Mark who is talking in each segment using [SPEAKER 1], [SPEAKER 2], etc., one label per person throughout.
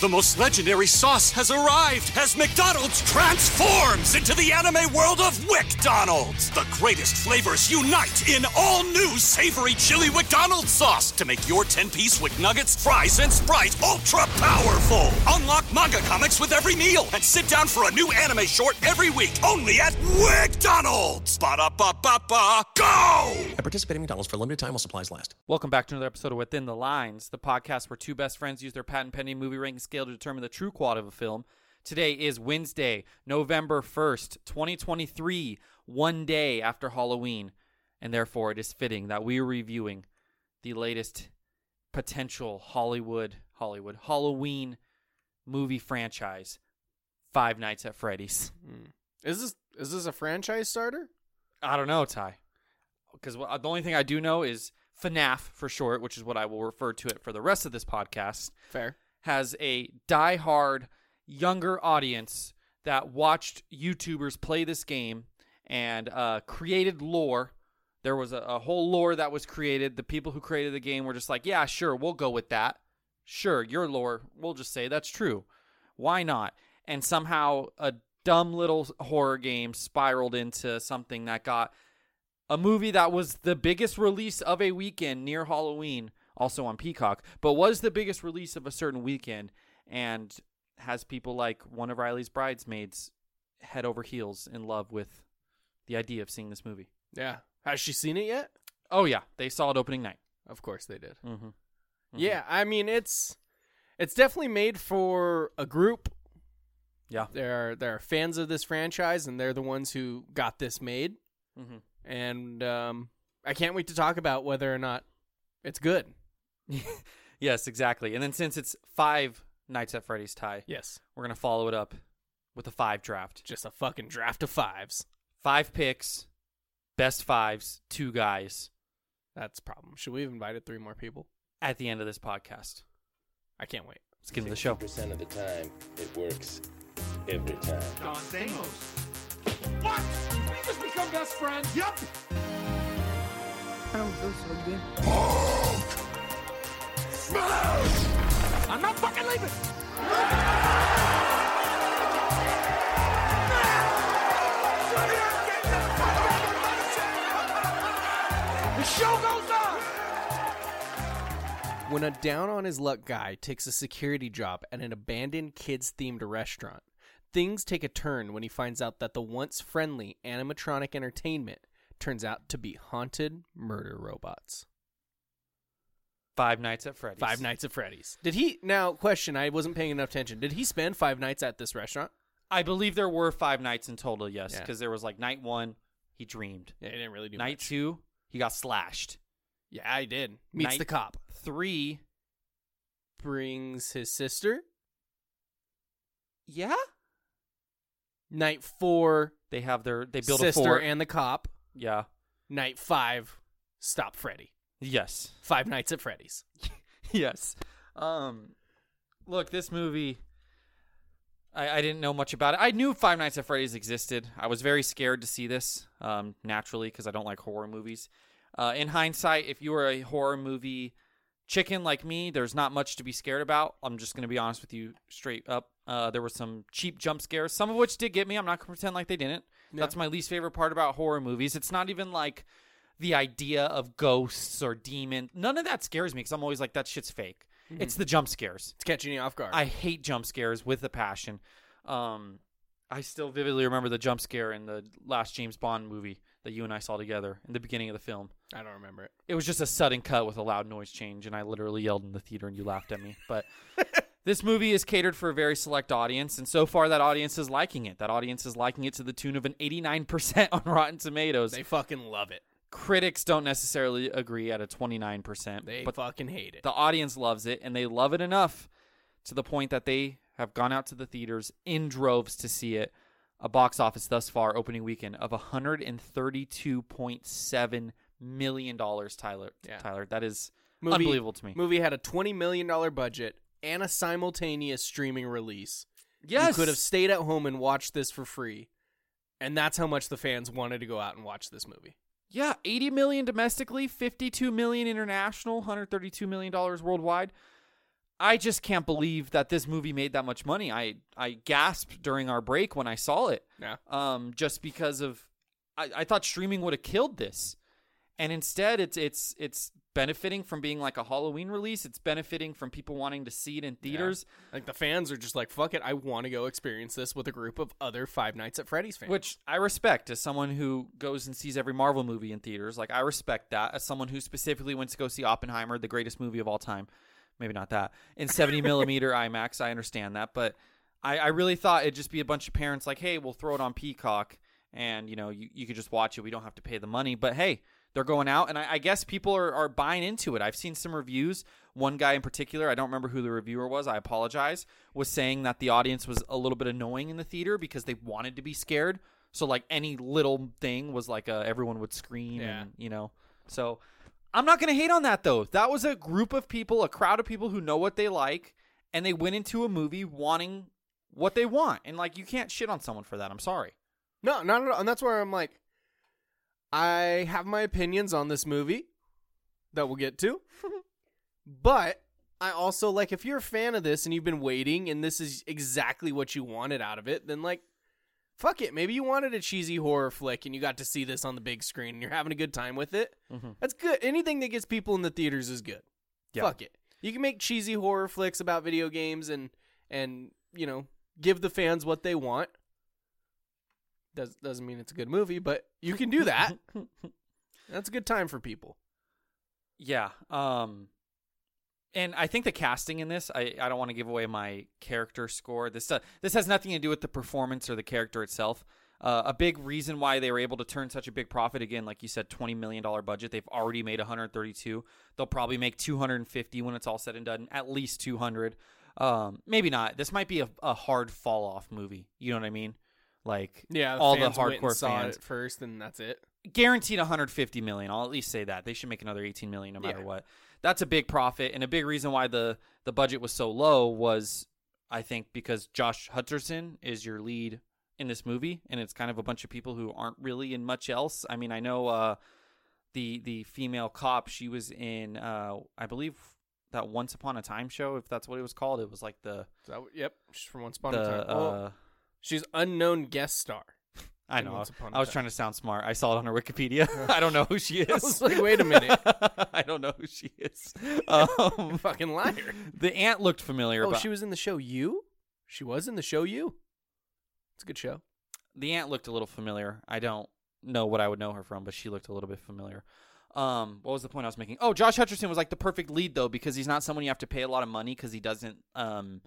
[SPEAKER 1] The most legendary sauce has arrived as McDonald's transforms into the anime world of WickDonald's. The greatest flavors unite in all new savory chili McDonald's sauce to make your 10-piece Wick Nuggets, fries, and Sprite ultra-powerful. Unlock manga comics with every meal and sit down for a new anime short every week only at WickDonald's. Ba-da-ba-ba-ba, go!
[SPEAKER 2] At participating McDonald's for a limited time while supplies last.
[SPEAKER 3] Welcome back to another episode of Within the Lines, the podcast where two best friends use their patent pending movie ranking scale to determine the true quality of a film. Today is Wednesday, November 1st, 2023, one day after Halloween, and therefore it is fitting that we are reviewing the latest potential Hollywood, Hollywood, Halloween movie franchise, Five Nights at Freddy's.
[SPEAKER 4] Is this is this a franchise starter?
[SPEAKER 3] I don't know, Ty. Because the only thing I do know is FNAF for short, which is what I will refer to it for the rest of this podcast,
[SPEAKER 4] Fair.
[SPEAKER 3] has a die-hard younger audience that watched YouTubers play this game and uh, created lore. There was a, a whole lore that was created. The people who created the game were just like, yeah, sure, we'll go with that. Sure, your lore, we'll just say that's true. Why not? And somehow a dumb little horror game spiraled into something that got a movie that was the biggest release of a weekend near Halloween, also on Peacock, but was the biggest release of a certain weekend and has people like one of Riley's bridesmaids head over heels in love with the idea of seeing this movie.
[SPEAKER 4] Yeah. Has she seen it yet?
[SPEAKER 3] Oh, yeah. They saw it opening night.
[SPEAKER 4] Of course they did.
[SPEAKER 3] Mm-hmm.
[SPEAKER 4] Yeah, I mean it's it's definitely made for a group.
[SPEAKER 3] Yeah.
[SPEAKER 4] There are there are fans of this franchise and they're the ones who got this made.
[SPEAKER 3] Mhm.
[SPEAKER 4] And um I can't wait to talk about whether or not it's good.
[SPEAKER 3] Yes, exactly. And then since it's five Nights at Freddy's tie,
[SPEAKER 4] Yes.
[SPEAKER 3] we're going to follow it up with a five draft.
[SPEAKER 4] Just a fucking draft of fives.
[SPEAKER 3] Five picks, best fives, two guys
[SPEAKER 4] That's a problem. Should we have invited three more people?
[SPEAKER 3] at the end of this podcast.
[SPEAKER 4] I can't wait.
[SPEAKER 3] Let's get into the show.
[SPEAKER 5] percent of the time, it works every time.
[SPEAKER 6] Don Samos. What? We just become best friends? Yep. I don't feel so good. Smash! I'm not fucking leaving. The show goes on.
[SPEAKER 4] When a down on his luck guy takes a security job at an abandoned kids themed restaurant, things take a turn when he finds out that the once friendly animatronic entertainment turns out to be haunted murder robots.
[SPEAKER 3] Five Nights at Freddy's.
[SPEAKER 4] Five Nights at Freddy's. Did he now question I wasn't paying enough attention. Did he spend five nights at this restaurant?
[SPEAKER 3] I believe there were five nights in total, yes,
[SPEAKER 4] Yeah.
[SPEAKER 3] because there was like night one, he dreamed.
[SPEAKER 4] Yeah, he didn't really do
[SPEAKER 3] night
[SPEAKER 4] much.
[SPEAKER 3] two, he got slashed.
[SPEAKER 4] Yeah, I did. Meets
[SPEAKER 3] Night-
[SPEAKER 4] the cop.
[SPEAKER 3] Three,
[SPEAKER 4] Brings his sister.
[SPEAKER 3] yeah,
[SPEAKER 4] Night four
[SPEAKER 3] they have their they build
[SPEAKER 4] sister
[SPEAKER 3] a fort.
[SPEAKER 4] and the cop.
[SPEAKER 3] yeah,
[SPEAKER 4] Night five, stop Freddy.
[SPEAKER 3] yes,
[SPEAKER 4] Five nights at Freddy's.
[SPEAKER 3] yes. Um, look, this movie, I, I didn't know much about it. I knew Five Nights at Freddy's existed. I was very scared to see this, um, naturally, because I don't like horror movies. Uh, in hindsight, if you were a horror movie chicken like me, there's not much to be scared about. I'm just going to be honest with you straight up. Uh, there were some cheap jump scares, some of which did get me. I'm not going to pretend like they didn't. That's my least favorite part about horror movies. It's not even like the idea of ghosts or demon. None of that scares me because I'm always like, that shit's fake. It's the jump scares.
[SPEAKER 4] It's catching you off guard.
[SPEAKER 3] I hate jump scares with a passion. Um, I still vividly remember the jump scare in the last James Bond movie that you and I saw together in the beginning of the film.
[SPEAKER 4] I don't remember it.
[SPEAKER 3] It was just a sudden cut with a loud noise change, and I literally yelled in the theater, and you laughed at me. But this movie is catered for a very select audience, and so far that audience is liking it. That audience is liking it to the tune of an 89% on Rotten Tomatoes.
[SPEAKER 4] They fucking love it.
[SPEAKER 3] Critics don't necessarily agree at a 29%,
[SPEAKER 4] They
[SPEAKER 3] but
[SPEAKER 4] fucking hate it.
[SPEAKER 3] the audience loves it, and they love it enough to the point that they have gone out to the theaters in droves to see it. A box office thus far opening weekend of 132.7 million dollars, Tyler.
[SPEAKER 4] Yeah.
[SPEAKER 3] Tyler, that is unbelievable to me.
[SPEAKER 4] Movie had a twenty million dollar budget and a simultaneous streaming release.
[SPEAKER 3] Yes,
[SPEAKER 4] You could have stayed at home and watched this for free. And that's how much the fans wanted to go out and watch this movie.
[SPEAKER 3] Yeah, 80 million domestically, 52 million international, 132 million dollars worldwide. I just can't believe that this movie made that much money. I I gasped during our break when I saw it.
[SPEAKER 4] Yeah.
[SPEAKER 3] Um, just because of, I, I thought streaming would have killed this, and instead it's it's it's benefiting from being like a Halloween release. It's benefiting from people wanting to see it in theaters,
[SPEAKER 4] Like the fans are just like, fuck it, I want to go experience this with a group of other Five Nights at Freddy's fans.
[SPEAKER 3] which I respect as someone who goes and sees every Marvel movie in theaters. Like I respect that as someone who specifically went to go see Oppenheimer, the greatest movie of all time. Maybe not that in 70 millimeter IMAX. I understand that, but I, I really thought it'd just be a bunch of parents like, hey, we'll throw it on Peacock, and you know you you could just watch it. We don't have to pay the money, but hey. They're going out, and I, I guess people are, are buying into it. I've seen some reviews. One guy in particular, I don't remember who the reviewer was, I apologize, was saying that the audience was a little bit annoying in the theater because they wanted to be scared. So like any little thing was like uh, everyone would scream,
[SPEAKER 4] Yeah.
[SPEAKER 3] and you know. So I'm not gonna hate on that though. That was a group of people, a crowd of people who know what they like, and they went into a movie wanting what they want, and like you can't shit on someone for that. I'm sorry.
[SPEAKER 4] no, not at all. And that's where I'm like, I have my opinions on this movie that we'll get to. but I also like if you're a fan of this and you've been waiting and this is exactly what you wanted out of it, then like fuck it. Maybe you wanted a cheesy horror flick and you got to see this on the big screen and you're having a good time with it. That's good. Anything that gets people in the theaters is good. Fuck it. You can make cheesy horror flicks about video games and and you know give the fans what they want. Does doesn't mean it's a good movie, but you can do that. That's a good time for people.
[SPEAKER 3] Yeah. Um and I think the casting in this, I, I don't want to give away my character score. This uh, this has nothing to do with the performance or the character itself. Uh, a big reason why they were able to turn such a big profit again, like you said, twenty million dollar budget. They've already made one hundred thirty two. They'll probably make two hundred and fifty when it's all said and done. At least two hundred. Um, maybe not. This might be a, a hard fall off movie. You know what I mean? Like
[SPEAKER 4] Yeah,
[SPEAKER 3] all the hardcore
[SPEAKER 4] saw
[SPEAKER 3] fans
[SPEAKER 4] it first, and that's it.
[SPEAKER 3] guaranteed 150 million. I'll at least say that they should make another 18 million no matter
[SPEAKER 4] Yeah.
[SPEAKER 3] what. That's a big profit, and a big reason why the the budget was so low was, I think, because Josh Hutcherson is your lead in this movie, and it's kind of a bunch of people who aren't really in much else. I mean, I know uh, the the female cop, she was in, uh, I believe that Once Upon a Time show, if that's what it was called. It was like the
[SPEAKER 4] So, yep, she's from Once Upon
[SPEAKER 3] the
[SPEAKER 4] a Time. Well,
[SPEAKER 3] uh,
[SPEAKER 4] she's unknown guest star.
[SPEAKER 3] I
[SPEAKER 4] in
[SPEAKER 3] know.
[SPEAKER 4] Once Upon a
[SPEAKER 3] I was
[SPEAKER 4] Time.
[SPEAKER 3] trying to sound smart. I saw it on her Wikipedia. I don't know who she is.
[SPEAKER 4] I was like, wait a minute,
[SPEAKER 3] I don't know who she is. Um,
[SPEAKER 4] fucking liar.
[SPEAKER 3] the aunt looked familiar,
[SPEAKER 4] Oh,
[SPEAKER 3] but
[SPEAKER 4] she was in the show You. She was in the show You. It's a good show.
[SPEAKER 3] the aunt looked a little familiar. I don't know what I would know her from, but she looked a little bit familiar. Um, what was the point I was making? Oh, Josh Hutcherson was like the perfect lead though because he's not someone you have to pay a lot of money because he doesn't um,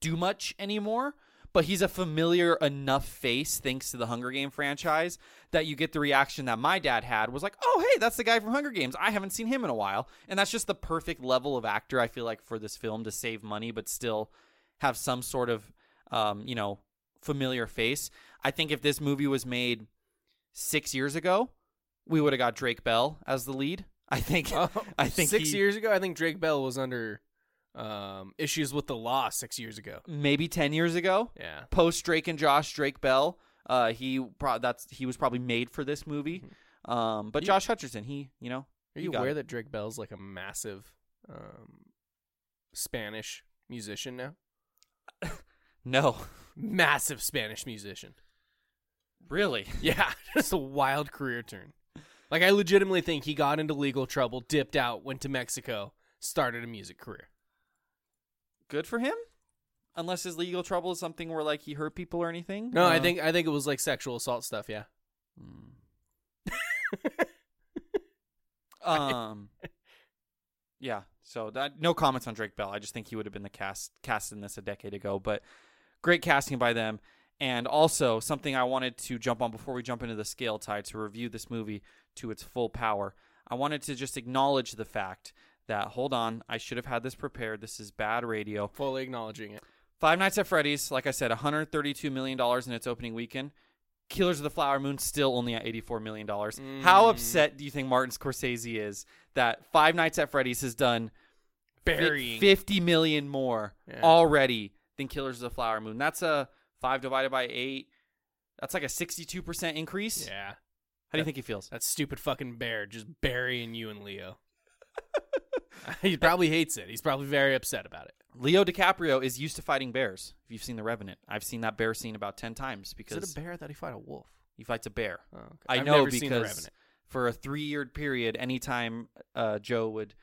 [SPEAKER 3] do much anymore. But he's a familiar enough face thanks to the Hunger Game franchise that you get the reaction that my dad had was like, "Oh, hey, that's the guy from Hunger Games. I haven't seen him in a while." And that's just the perfect level of actor I feel like for this film to save money but still have some sort of um, you know familiar face. I think if this movie was made six years ago, we would have got Drake Bell as the lead. I think. I think
[SPEAKER 4] Oh, six
[SPEAKER 3] he-
[SPEAKER 4] years ago, I think Drake Bell was under um, issues with the law six years ago.
[SPEAKER 3] maybe ten years ago,
[SPEAKER 4] Yeah,
[SPEAKER 3] post Drake and Josh, Drake Bell. Uh, he pro- that's he was probably made for this movie. Um, but Josh Hutcherson, he you know
[SPEAKER 4] Mm-hmm. are
[SPEAKER 3] he
[SPEAKER 4] you
[SPEAKER 3] got
[SPEAKER 4] aware
[SPEAKER 3] it.
[SPEAKER 4] that Drake Bell's like a massive um, Spanish musician now?
[SPEAKER 3] No,
[SPEAKER 4] Massive Spanish musician.
[SPEAKER 3] really,
[SPEAKER 4] Yeah, just a wild career turn. Like I legitimately think he got into legal trouble, dipped out, went to Mexico, started a music career.
[SPEAKER 3] good for him. Unless his legal trouble is something where like he hurt people or anything.
[SPEAKER 4] No, I
[SPEAKER 3] Uh,
[SPEAKER 4] think I think it was like sexual assault stuff. Yeah,
[SPEAKER 3] Um, yeah. So that no comments on Drake Bell. I just think he would have been the cast cast in this a decade ago. But great casting by them. And also something I wanted to jump on before we jump into the scale tide to review this movie to its full power. I wanted to just acknowledge the fact that hold on, I should have had this prepared. This is bad radio.
[SPEAKER 4] fully acknowledging it.
[SPEAKER 3] Five Nights at Freddy's, like I said, 132 million dollars in its opening weekend. Killers of the Flower Moon still only at 84 million dollars.
[SPEAKER 4] Mm.
[SPEAKER 3] How upset do you think Martin Scorsese is that Five Nights at Freddy's has done fi-
[SPEAKER 4] Burying.
[SPEAKER 3] 50 million more
[SPEAKER 4] Yeah.
[SPEAKER 3] already than Killers of the Flower Moon? That's a 5 divided by 8. That's like a 62% increase.
[SPEAKER 4] Yeah,
[SPEAKER 3] How do you think he feels?
[SPEAKER 4] That stupid fucking bear just burying you and Leo. he probably hates it. He's probably very upset about it.
[SPEAKER 3] Leo DiCaprio is used to fighting bears. If you've seen The Revenant, I've seen that bear scene about ten times
[SPEAKER 4] Is
[SPEAKER 3] because
[SPEAKER 4] it a bear? I thought he fought a wolf.
[SPEAKER 3] he fights a bear.
[SPEAKER 4] Oh, okay.
[SPEAKER 3] I
[SPEAKER 4] I've
[SPEAKER 3] know
[SPEAKER 4] never
[SPEAKER 3] because
[SPEAKER 4] seen The Revenant.
[SPEAKER 3] for a three-year period, anytime uh, Joe would,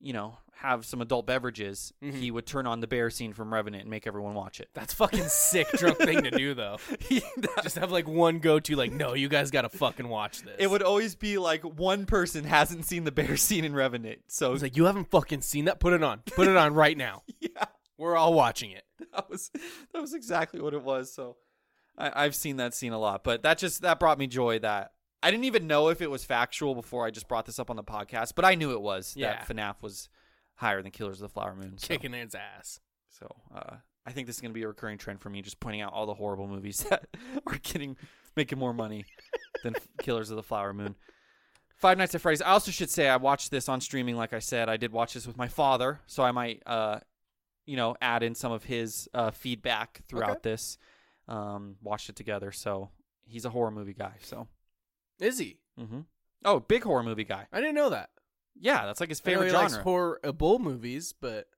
[SPEAKER 3] you know, have some adult beverages, he
[SPEAKER 4] Mm-hmm.
[SPEAKER 3] would turn on the bear scene from Revenant and make everyone watch it.
[SPEAKER 4] That's fucking sick drunk thing to do though. just have like one go to like, no, you guys gotta fucking watch this.
[SPEAKER 3] It would always be like one person hasn't seen the bear scene in Revenant, so
[SPEAKER 4] I was like, you haven't fucking seen that? Put it on. Put it on right now.
[SPEAKER 3] yeah,
[SPEAKER 4] We're all watching it.
[SPEAKER 3] that was that was exactly what it was. So I, I've seen that scene a lot, but that just that brought me joy. That I didn't even know if it was factual before I just brought this up on the podcast, but I knew it was
[SPEAKER 4] Yeah.
[SPEAKER 3] that FNAF was higher than Killers of the Flower Moon. So,
[SPEAKER 4] Kicking its ass.
[SPEAKER 3] so uh, I think this is gonna be a recurring trend for me, just pointing out all the horrible movies that are getting making more money than Killers of the Flower Moon. Five Nights at Freddy's. I also should say I watched this on streaming. Like I said, I did watch this with my father, so I might, uh, you know, add in some of his uh, feedback throughout this. Um, watched it together, so he's a horror movie guy. So,
[SPEAKER 4] Is he?
[SPEAKER 3] hmm oh, big horror movie guy.
[SPEAKER 4] I didn't know that.
[SPEAKER 3] Yeah, that's like his
[SPEAKER 4] I know
[SPEAKER 3] favorite
[SPEAKER 4] he
[SPEAKER 3] genre.
[SPEAKER 4] likes horrible movies, but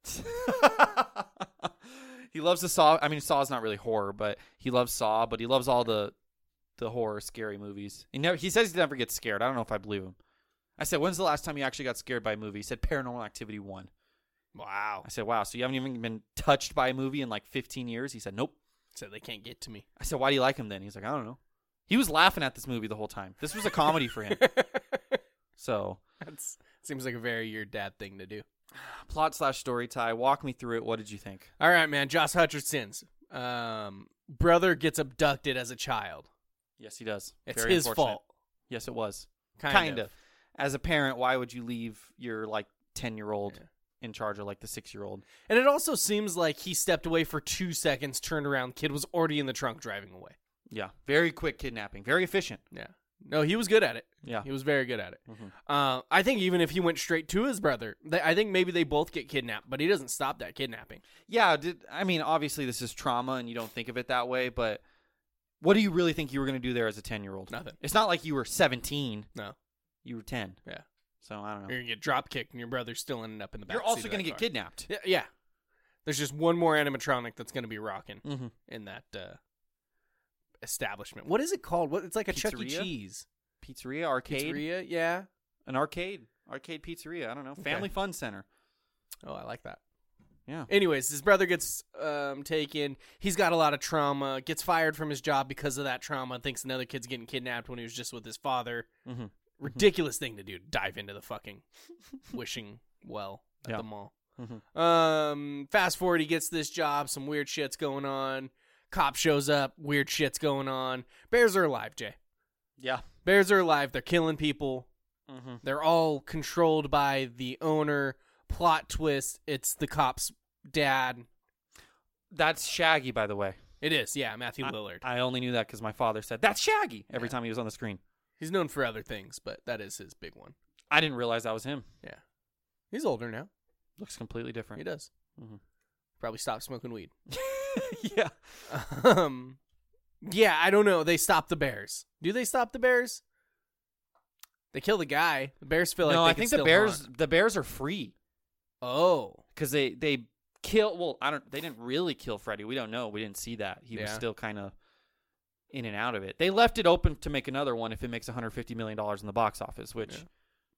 [SPEAKER 3] he loves the Saw. I mean, Saw is not really horror, but he loves Saw. But he loves all the the horror, scary movies. He never. He says he never gets scared. I don't know if I believe him. I said, "When's the last time you actually got scared by a movie?" He said, "Paranormal Activity one."
[SPEAKER 4] wow.
[SPEAKER 3] I said, "Wow, so you haven't even been touched by a movie in like 15 years?" He said, "Nope."
[SPEAKER 4] So they can't get to me.
[SPEAKER 3] I said, "Why do you like him then?" He's like, "I don't know." He was laughing at this movie the whole time. This was a comedy for him. So
[SPEAKER 4] That's seems like a very your dad thing to do.
[SPEAKER 3] plot slash story tie. Walk me through it. What did you think?
[SPEAKER 4] All right, man. Josh Hutcherson's um, brother gets abducted as a child.
[SPEAKER 3] Yes, he does.
[SPEAKER 4] It's
[SPEAKER 3] Very
[SPEAKER 4] his
[SPEAKER 3] unfortunate.
[SPEAKER 4] fault.
[SPEAKER 3] Yes, it was.
[SPEAKER 4] Kind,
[SPEAKER 3] kind
[SPEAKER 4] of.
[SPEAKER 3] of. As a parent, why would you leave your like ten year old in charge of like the six year old?
[SPEAKER 4] And it also seems like he stepped away for two seconds, turned around, kid was already in the trunk driving away.
[SPEAKER 3] Yeah, very quick kidnapping, very efficient.
[SPEAKER 4] Yeah. No, he was good at it.
[SPEAKER 3] Yeah. Mm-hmm.
[SPEAKER 4] He was very good at it. Uh, I think even if he went straight to his brother, they, I think maybe they both get kidnapped, but he doesn't stop that kidnapping.
[SPEAKER 3] Yeah, did, I mean obviously this is trauma and you don't think of it that way, but what do you really think you were going to do there as a ten year old?
[SPEAKER 4] Nothing.
[SPEAKER 3] It's not like you were seventeen;
[SPEAKER 4] No.
[SPEAKER 3] you were ten.
[SPEAKER 4] Yeah.
[SPEAKER 3] So I don't know.
[SPEAKER 4] You're going to get drop kicked and your brother's still ending up in the back.
[SPEAKER 3] You're also going to get kidnapped.
[SPEAKER 4] Yeah, yeah. There's just one more animatronic that's going to be rocking
[SPEAKER 3] Mhm.
[SPEAKER 4] in that uh, establishment. What is it called? What It's like a Chuck E.
[SPEAKER 3] Pizzeria?
[SPEAKER 4] Cheese.
[SPEAKER 3] Pizzeria, arcade,
[SPEAKER 4] Pizzeria, yeah.
[SPEAKER 3] an arcade, arcade pizzeria. I don't know, family fun center.
[SPEAKER 4] Oh, I like that.
[SPEAKER 3] Yeah.
[SPEAKER 4] Anyways, his brother gets um, taken. He's got a lot of trauma. Gets fired from his job because of that trauma. Thinks another kid's getting kidnapped when he was just with his father.
[SPEAKER 3] Mhm.
[SPEAKER 4] Ridiculous thing to do. Dive into the fucking wishing well at
[SPEAKER 3] Yeah. Mm-hmm.
[SPEAKER 4] the mall. Um, fast forward, he gets this job. Some weird shit's going on. Cop shows up. Weird shit's going on. Bears are alive, Jay.
[SPEAKER 3] Yeah.
[SPEAKER 4] Bears are alive. They're killing people.
[SPEAKER 3] Mhm.
[SPEAKER 4] They're all controlled by the owner. Plot twist: It's the cop's dad.
[SPEAKER 3] That's Shaggy, by the way.
[SPEAKER 4] It is, yeah, Matthew Lillard.
[SPEAKER 3] I only knew that because my father said that's Shaggy every time he was on the screen.
[SPEAKER 4] He's known for other things, but that is his big one.
[SPEAKER 3] I didn't realize that was him.
[SPEAKER 4] Yeah, he's older now.
[SPEAKER 3] Looks completely
[SPEAKER 4] He
[SPEAKER 3] different.
[SPEAKER 4] does
[SPEAKER 3] Mm-hmm.
[SPEAKER 4] probably stopped smoking weed.
[SPEAKER 3] yeah.
[SPEAKER 4] um, yeah, I don't know. They stop the bears. Do they stop the bears? They kill the guy. The bears feel
[SPEAKER 3] no,
[SPEAKER 4] like they
[SPEAKER 3] I
[SPEAKER 4] can
[SPEAKER 3] think the
[SPEAKER 4] still
[SPEAKER 3] bears
[SPEAKER 4] hunt.
[SPEAKER 3] the bears are free
[SPEAKER 4] Oh,
[SPEAKER 3] because they they kill. Well, I don't. They didn't really kill Freddy. We don't know. We didn't see that. He was
[SPEAKER 4] Yeah.
[SPEAKER 3] still kind of in and out of it. They left it open to make another one if it makes 150 million dollars in the box office. Which,
[SPEAKER 4] Yeah.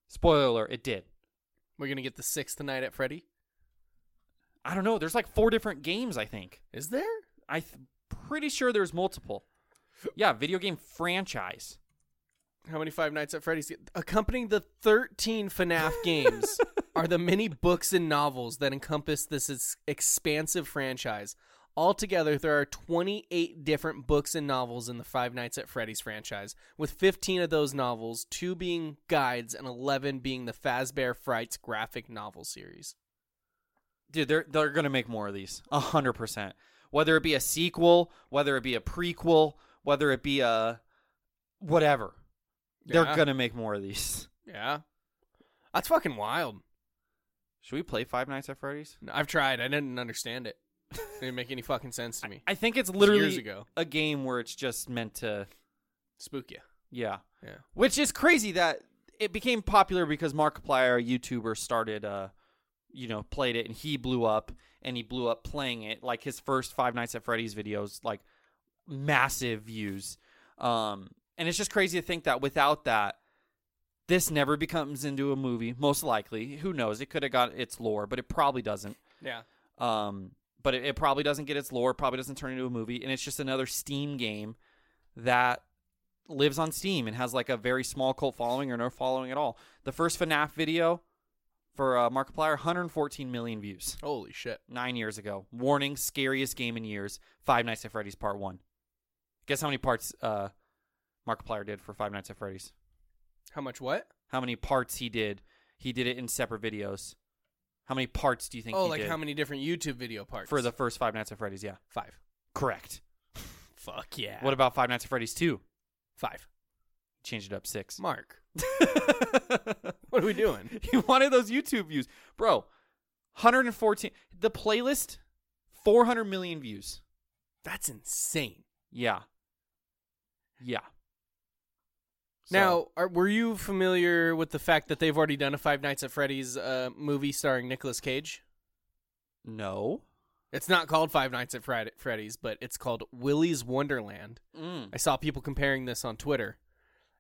[SPEAKER 3] spoiler alert, it did.
[SPEAKER 4] we're gonna get the sixth tonight at Freddy.
[SPEAKER 3] I don't know. There's like four different games. I think.
[SPEAKER 4] Is there?
[SPEAKER 3] I th- pretty sure there's multiple. Yeah, video game franchise.
[SPEAKER 4] How many Five Nights at Freddy's? Accompanying the 13 FNAF games are the many books and novels that encompass this ex- expansive franchise. Altogether, there are 28 different books and novels in the Five Nights at Freddy's franchise, with 15 of those novels, two being guides and 11 being the Fazbear Frights graphic novel series.
[SPEAKER 3] dude they're they're gonna make more of these a hundred percent whether it be a sequel whether it be a prequel whether it be a whatever
[SPEAKER 4] Yeah.
[SPEAKER 3] they're gonna make more of these
[SPEAKER 4] Yeah. That's fucking wild.
[SPEAKER 3] should we play five nights at freddy's
[SPEAKER 4] I've tried. I didn't understand it. It didn't make any fucking sense to me.
[SPEAKER 3] i think it's literally
[SPEAKER 4] years ago.
[SPEAKER 3] a game where it's just meant to
[SPEAKER 4] Spook you.
[SPEAKER 3] Yeah.
[SPEAKER 4] Yeah.
[SPEAKER 3] Which is crazy that it became popular because Markiplier, a YouTuber, started uh you know, played it and he blew up and he blew up playing it. Like his first Five Nights at Freddy's videos, like massive views. Um and it's just crazy to think that without that this never becomes into a movie, most likely. Who knows? It could have got its lore, but it probably doesn't.
[SPEAKER 4] Yeah.
[SPEAKER 3] Um, but it, it probably doesn't get its lore, probably doesn't turn into a movie, and it's just another Steam game that lives on Steam and has like a very small cult following or no following at all. The first FNAF video for uh, Markiplier, 114 million views
[SPEAKER 4] Holy shit.
[SPEAKER 3] nine years ago. Warning: scariest game in years. Five Nights at Freddy's Part One. Guess how many parts uh, Markiplier did for Five Nights at Freddy's?
[SPEAKER 4] How much what?
[SPEAKER 3] How many parts he did? He did it in separate videos. How many parts do you think?
[SPEAKER 4] Oh,
[SPEAKER 3] he
[SPEAKER 4] like
[SPEAKER 3] did
[SPEAKER 4] how many different YouTube video parts?
[SPEAKER 3] for the first Five Nights at Freddy's? Yeah.
[SPEAKER 4] five.
[SPEAKER 3] Correct.
[SPEAKER 4] Fuck yeah.
[SPEAKER 3] What about Five Nights at Freddy's 2?
[SPEAKER 4] five?
[SPEAKER 3] Changed it up six.
[SPEAKER 4] Mark. What are we doing?
[SPEAKER 3] he wanted those YouTube views. Bro, 114. The playlist, 400 million views.
[SPEAKER 4] That's insane.
[SPEAKER 3] Yeah. Yeah.
[SPEAKER 4] Now, are, were you familiar with the fact that they've already done a Five Nights at Freddy's uh, movie starring Nicolas Cage?
[SPEAKER 3] no.
[SPEAKER 4] It's not called Five Nights at Fred- Freddy's, but it's called Willy's Wonderland.
[SPEAKER 3] Mm.
[SPEAKER 4] I saw people comparing this on Twitter.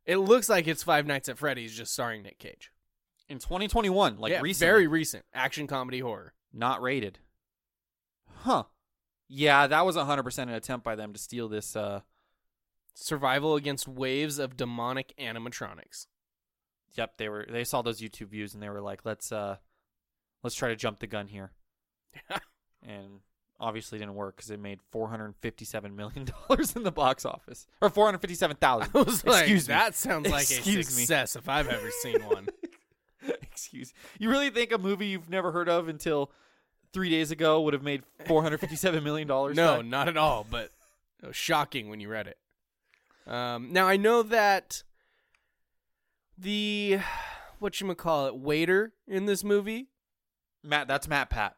[SPEAKER 4] It looks like it's Five Nights at Freddy's just starring Nick Cage.
[SPEAKER 3] In 2021, like
[SPEAKER 4] yeah,
[SPEAKER 3] recently.
[SPEAKER 4] very recent action comedy horror.
[SPEAKER 3] not rated. Huh. Yeah, that was 100% an attempt by them to steal this. Uh,
[SPEAKER 4] Survival against waves of demonic animatronics.
[SPEAKER 3] yep, they were they saw those YouTube views and they were like, let's uh, let's try to jump the gun here. and obviously didn't work because it made four hundred fifty-seven million dollars in the box office, or four hundred fifty-seven thousand.
[SPEAKER 4] I was like,
[SPEAKER 3] Excuse me.
[SPEAKER 4] that sounds like a
[SPEAKER 3] Excuse me.
[SPEAKER 4] success if I've ever seen one.
[SPEAKER 3] Excuse. You really think a movie you've never heard of until three days ago would have made four hundred fifty-seven million dollars?
[SPEAKER 4] no, not at all, but it was shocking when you read it. Um, now I know that the what you call it waiter in this movie.
[SPEAKER 3] Matt. That's Matt Pat.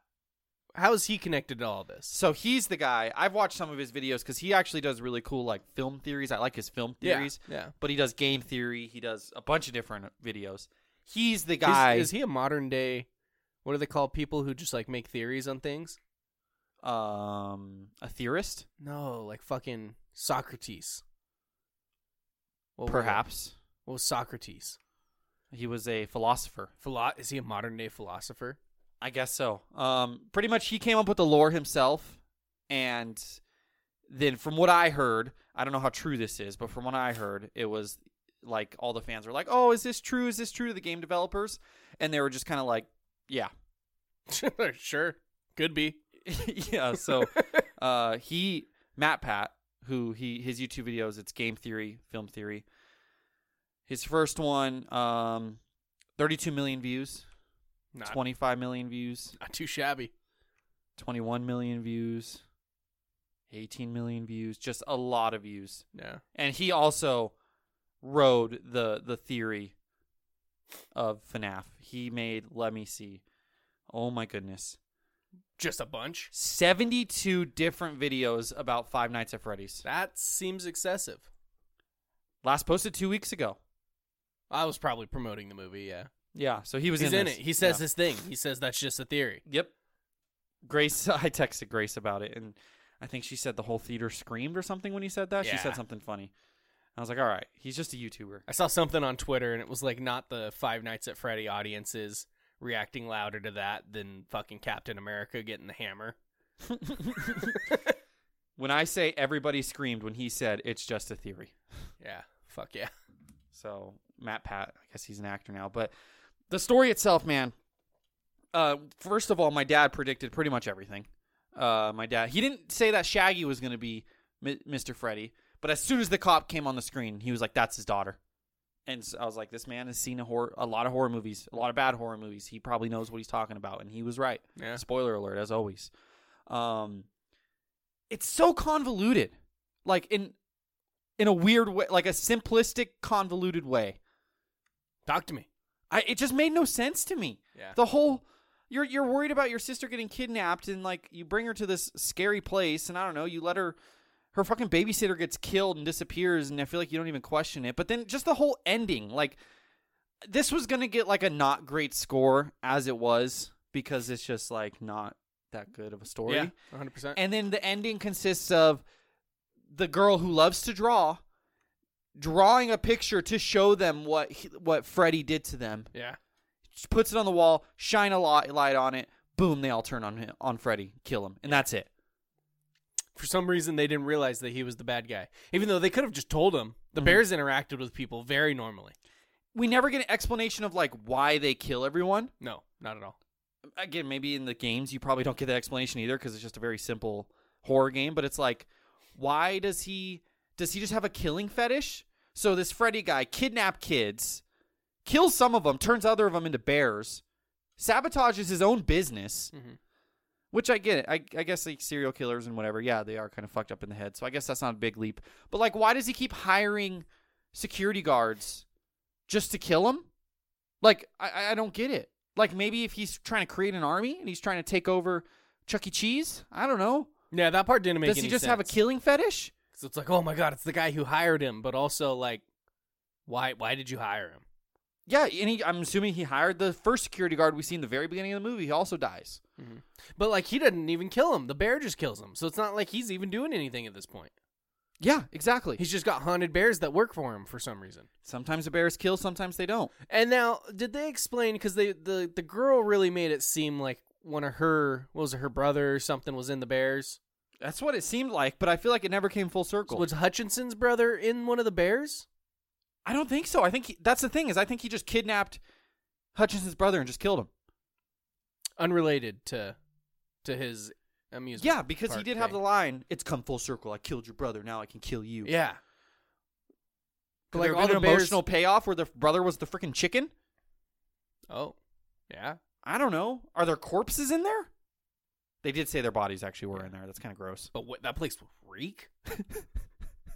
[SPEAKER 4] How is he connected to all this?
[SPEAKER 3] So he's the guy. I've watched some of his videos because he actually does really cool like film theories. I like his film
[SPEAKER 4] Yeah,
[SPEAKER 3] theories.
[SPEAKER 4] yeah.
[SPEAKER 3] But he does game theory. He does a bunch of different videos. He's the
[SPEAKER 4] Is-
[SPEAKER 3] guy.
[SPEAKER 4] Is, he a modern day? What do they call people who just like make theories on things?
[SPEAKER 3] um a theorist?
[SPEAKER 4] No, like fucking Socrates. What was it?
[SPEAKER 3] Perhaps
[SPEAKER 4] What was Socrates?
[SPEAKER 3] he was a philosopher.
[SPEAKER 4] Philo- is he a modern day philosopher?
[SPEAKER 3] I guess so. Um, pretty much, he came up with the lore himself, and then from what I heard, I don't know how true this is, but from what I heard, it was like all the fans were like, "Oh, is this true? Is this true?" to the game developers, and they were just kind of like, "Yeah,
[SPEAKER 4] sure, could be.
[SPEAKER 3] yeah." So uh, he Matt Pat, who he his YouTube videos, it's game theory, film theory. His first one, um, thirty-two million views,
[SPEAKER 4] Not,
[SPEAKER 3] twenty-five million views.
[SPEAKER 4] not too shabby.
[SPEAKER 3] 21 million views, 18 million views, just a lot of views.
[SPEAKER 4] Yeah.
[SPEAKER 3] And he also rode the the theory of FNAF. He made, let me see. Oh my goodness.
[SPEAKER 4] Just a bunch.
[SPEAKER 3] 72 different videos about Five Nights at Freddy's.
[SPEAKER 4] That seems excessive.
[SPEAKER 3] Last posted 2 weeks ago.
[SPEAKER 4] I was probably promoting the movie, yeah.
[SPEAKER 3] Yeah, so he was
[SPEAKER 4] He's
[SPEAKER 3] in,
[SPEAKER 4] in,
[SPEAKER 3] this.
[SPEAKER 4] it. He says
[SPEAKER 3] Yeah.
[SPEAKER 4] this thing. He says that's just a theory.
[SPEAKER 3] Yep. Grace, I texted Grace about it, and I think she said the whole theater screamed or something when he said that. She
[SPEAKER 4] Yeah.
[SPEAKER 3] said something funny. I was like, all right, he's just a YouTuber.
[SPEAKER 4] I saw something on Twitter and it was like not the Five Nights at Freddy audiences reacting louder to that than fucking Captain America getting the hammer.
[SPEAKER 3] When I say everybody screamed when he said it's just a theory.
[SPEAKER 4] Yeah. Fuck yeah.
[SPEAKER 3] So Matt Pat, I guess he's an actor now, but the story itself, man. Uh, first of all, my dad predicted pretty much everything. Uh, my dad, he didn't say that Shaggy was going to be M- Mr. Freddy, but as soon as the cop came on the screen, he was like, "That's his daughter." And so I was like, "This man has seen a horror, a lot of horror movies, a lot of bad horror movies. He probably knows what he's talking about." And he was right.
[SPEAKER 4] Yeah.
[SPEAKER 3] Spoiler alert, as always. Um, it's so convoluted, like in in a weird way, like a simplistic, convoluted way.
[SPEAKER 4] Talk to me.
[SPEAKER 3] I it just made no sense to me.
[SPEAKER 4] Yeah.
[SPEAKER 3] The whole you're you're worried about your sister getting kidnapped and like you bring her to this scary place and I don't know, you let her her fucking babysitter gets killed and disappears, and I feel like you don't even question it. But then just the whole ending, like this was gonna get like a not great score as it was because it's just like not that good of a story.
[SPEAKER 4] Yeah, 100%.
[SPEAKER 3] And then the ending consists of the girl who loves to draw drawing a picture to show them what he- what Freddy did to them.
[SPEAKER 4] yeah.
[SPEAKER 3] She puts it on the wall, shine a light, light on it. Boom, they all turn on him, on Freddy, kill him, and that's it.
[SPEAKER 4] For some reason, they didn't realize that he was the bad guy, even though they could have just told him.
[SPEAKER 3] Mm-hmm.
[SPEAKER 4] The bears interacted with people very normally.
[SPEAKER 3] We never get an explanation of like why they kill everyone.
[SPEAKER 4] No, not at all.
[SPEAKER 3] Again, maybe in the games you probably don't get that explanation either because it's just a very simple horror game. But it's like, why does he does he just have a killing fetish? So this Freddy guy kidnapped kids, kills some of them, turns other of them into bears, sabotages his own business. Which I get it. I, I guess like serial killers and whatever, yeah, they are kind of fucked up in the head. So I guess that's not a big leap. But like, why does he keep hiring security guards just to kill him? Like, I- I, I don't get it. Like, maybe if he's trying to create an army and he's trying to take over Chuck E. Cheese, I don't know.
[SPEAKER 4] Yeah, that part didn't make
[SPEAKER 3] does he
[SPEAKER 4] any
[SPEAKER 3] just have a
[SPEAKER 4] sense.
[SPEAKER 3] killing fetish?
[SPEAKER 4] 'Cause it's like, oh my god, it's the guy who hired him, but also like, why? Why did you hire him?
[SPEAKER 3] Yeah, and he, I'm assuming he hired the first security guard we see in the very beginning of the movie. He also dies.
[SPEAKER 4] But like, he didn't even kill him. The bear just kills him, so it's not like he's even doing anything at this point.
[SPEAKER 3] Yeah, exactly.
[SPEAKER 4] He's just got haunted bears that work for him for some reason.
[SPEAKER 3] sometimes the bears kill, sometimes they don't.
[SPEAKER 4] And now, did they explain? Because they the the girl really made it seem like one of her what was it, her brother or something was in the bears.
[SPEAKER 3] That's what it seemed like, but I feel like it never came full circle.
[SPEAKER 4] Was Hutchinson's brother in one of the bears?
[SPEAKER 3] I don't think so. I think he, that's the thing is I think he just kidnapped Hutchinson's brother and just killed him.
[SPEAKER 4] Unrelated to to his amusement.
[SPEAKER 3] Yeah, because he
[SPEAKER 4] park
[SPEAKER 3] did have the
[SPEAKER 4] thing.
[SPEAKER 3] line, "It's come full circle. I killed your brother. Now I can kill you."
[SPEAKER 4] Yeah.
[SPEAKER 3] Could
[SPEAKER 4] Like,
[SPEAKER 3] there
[SPEAKER 4] all
[SPEAKER 3] have been
[SPEAKER 4] the
[SPEAKER 3] an
[SPEAKER 4] bears-
[SPEAKER 3] emotional payoff where the brother was the freaking chicken.
[SPEAKER 4] Oh. Yeah.
[SPEAKER 3] I don't know. Are there corpses in there? They did say their bodies actually were in there. That's kind of gross.
[SPEAKER 4] But what, that place would reek.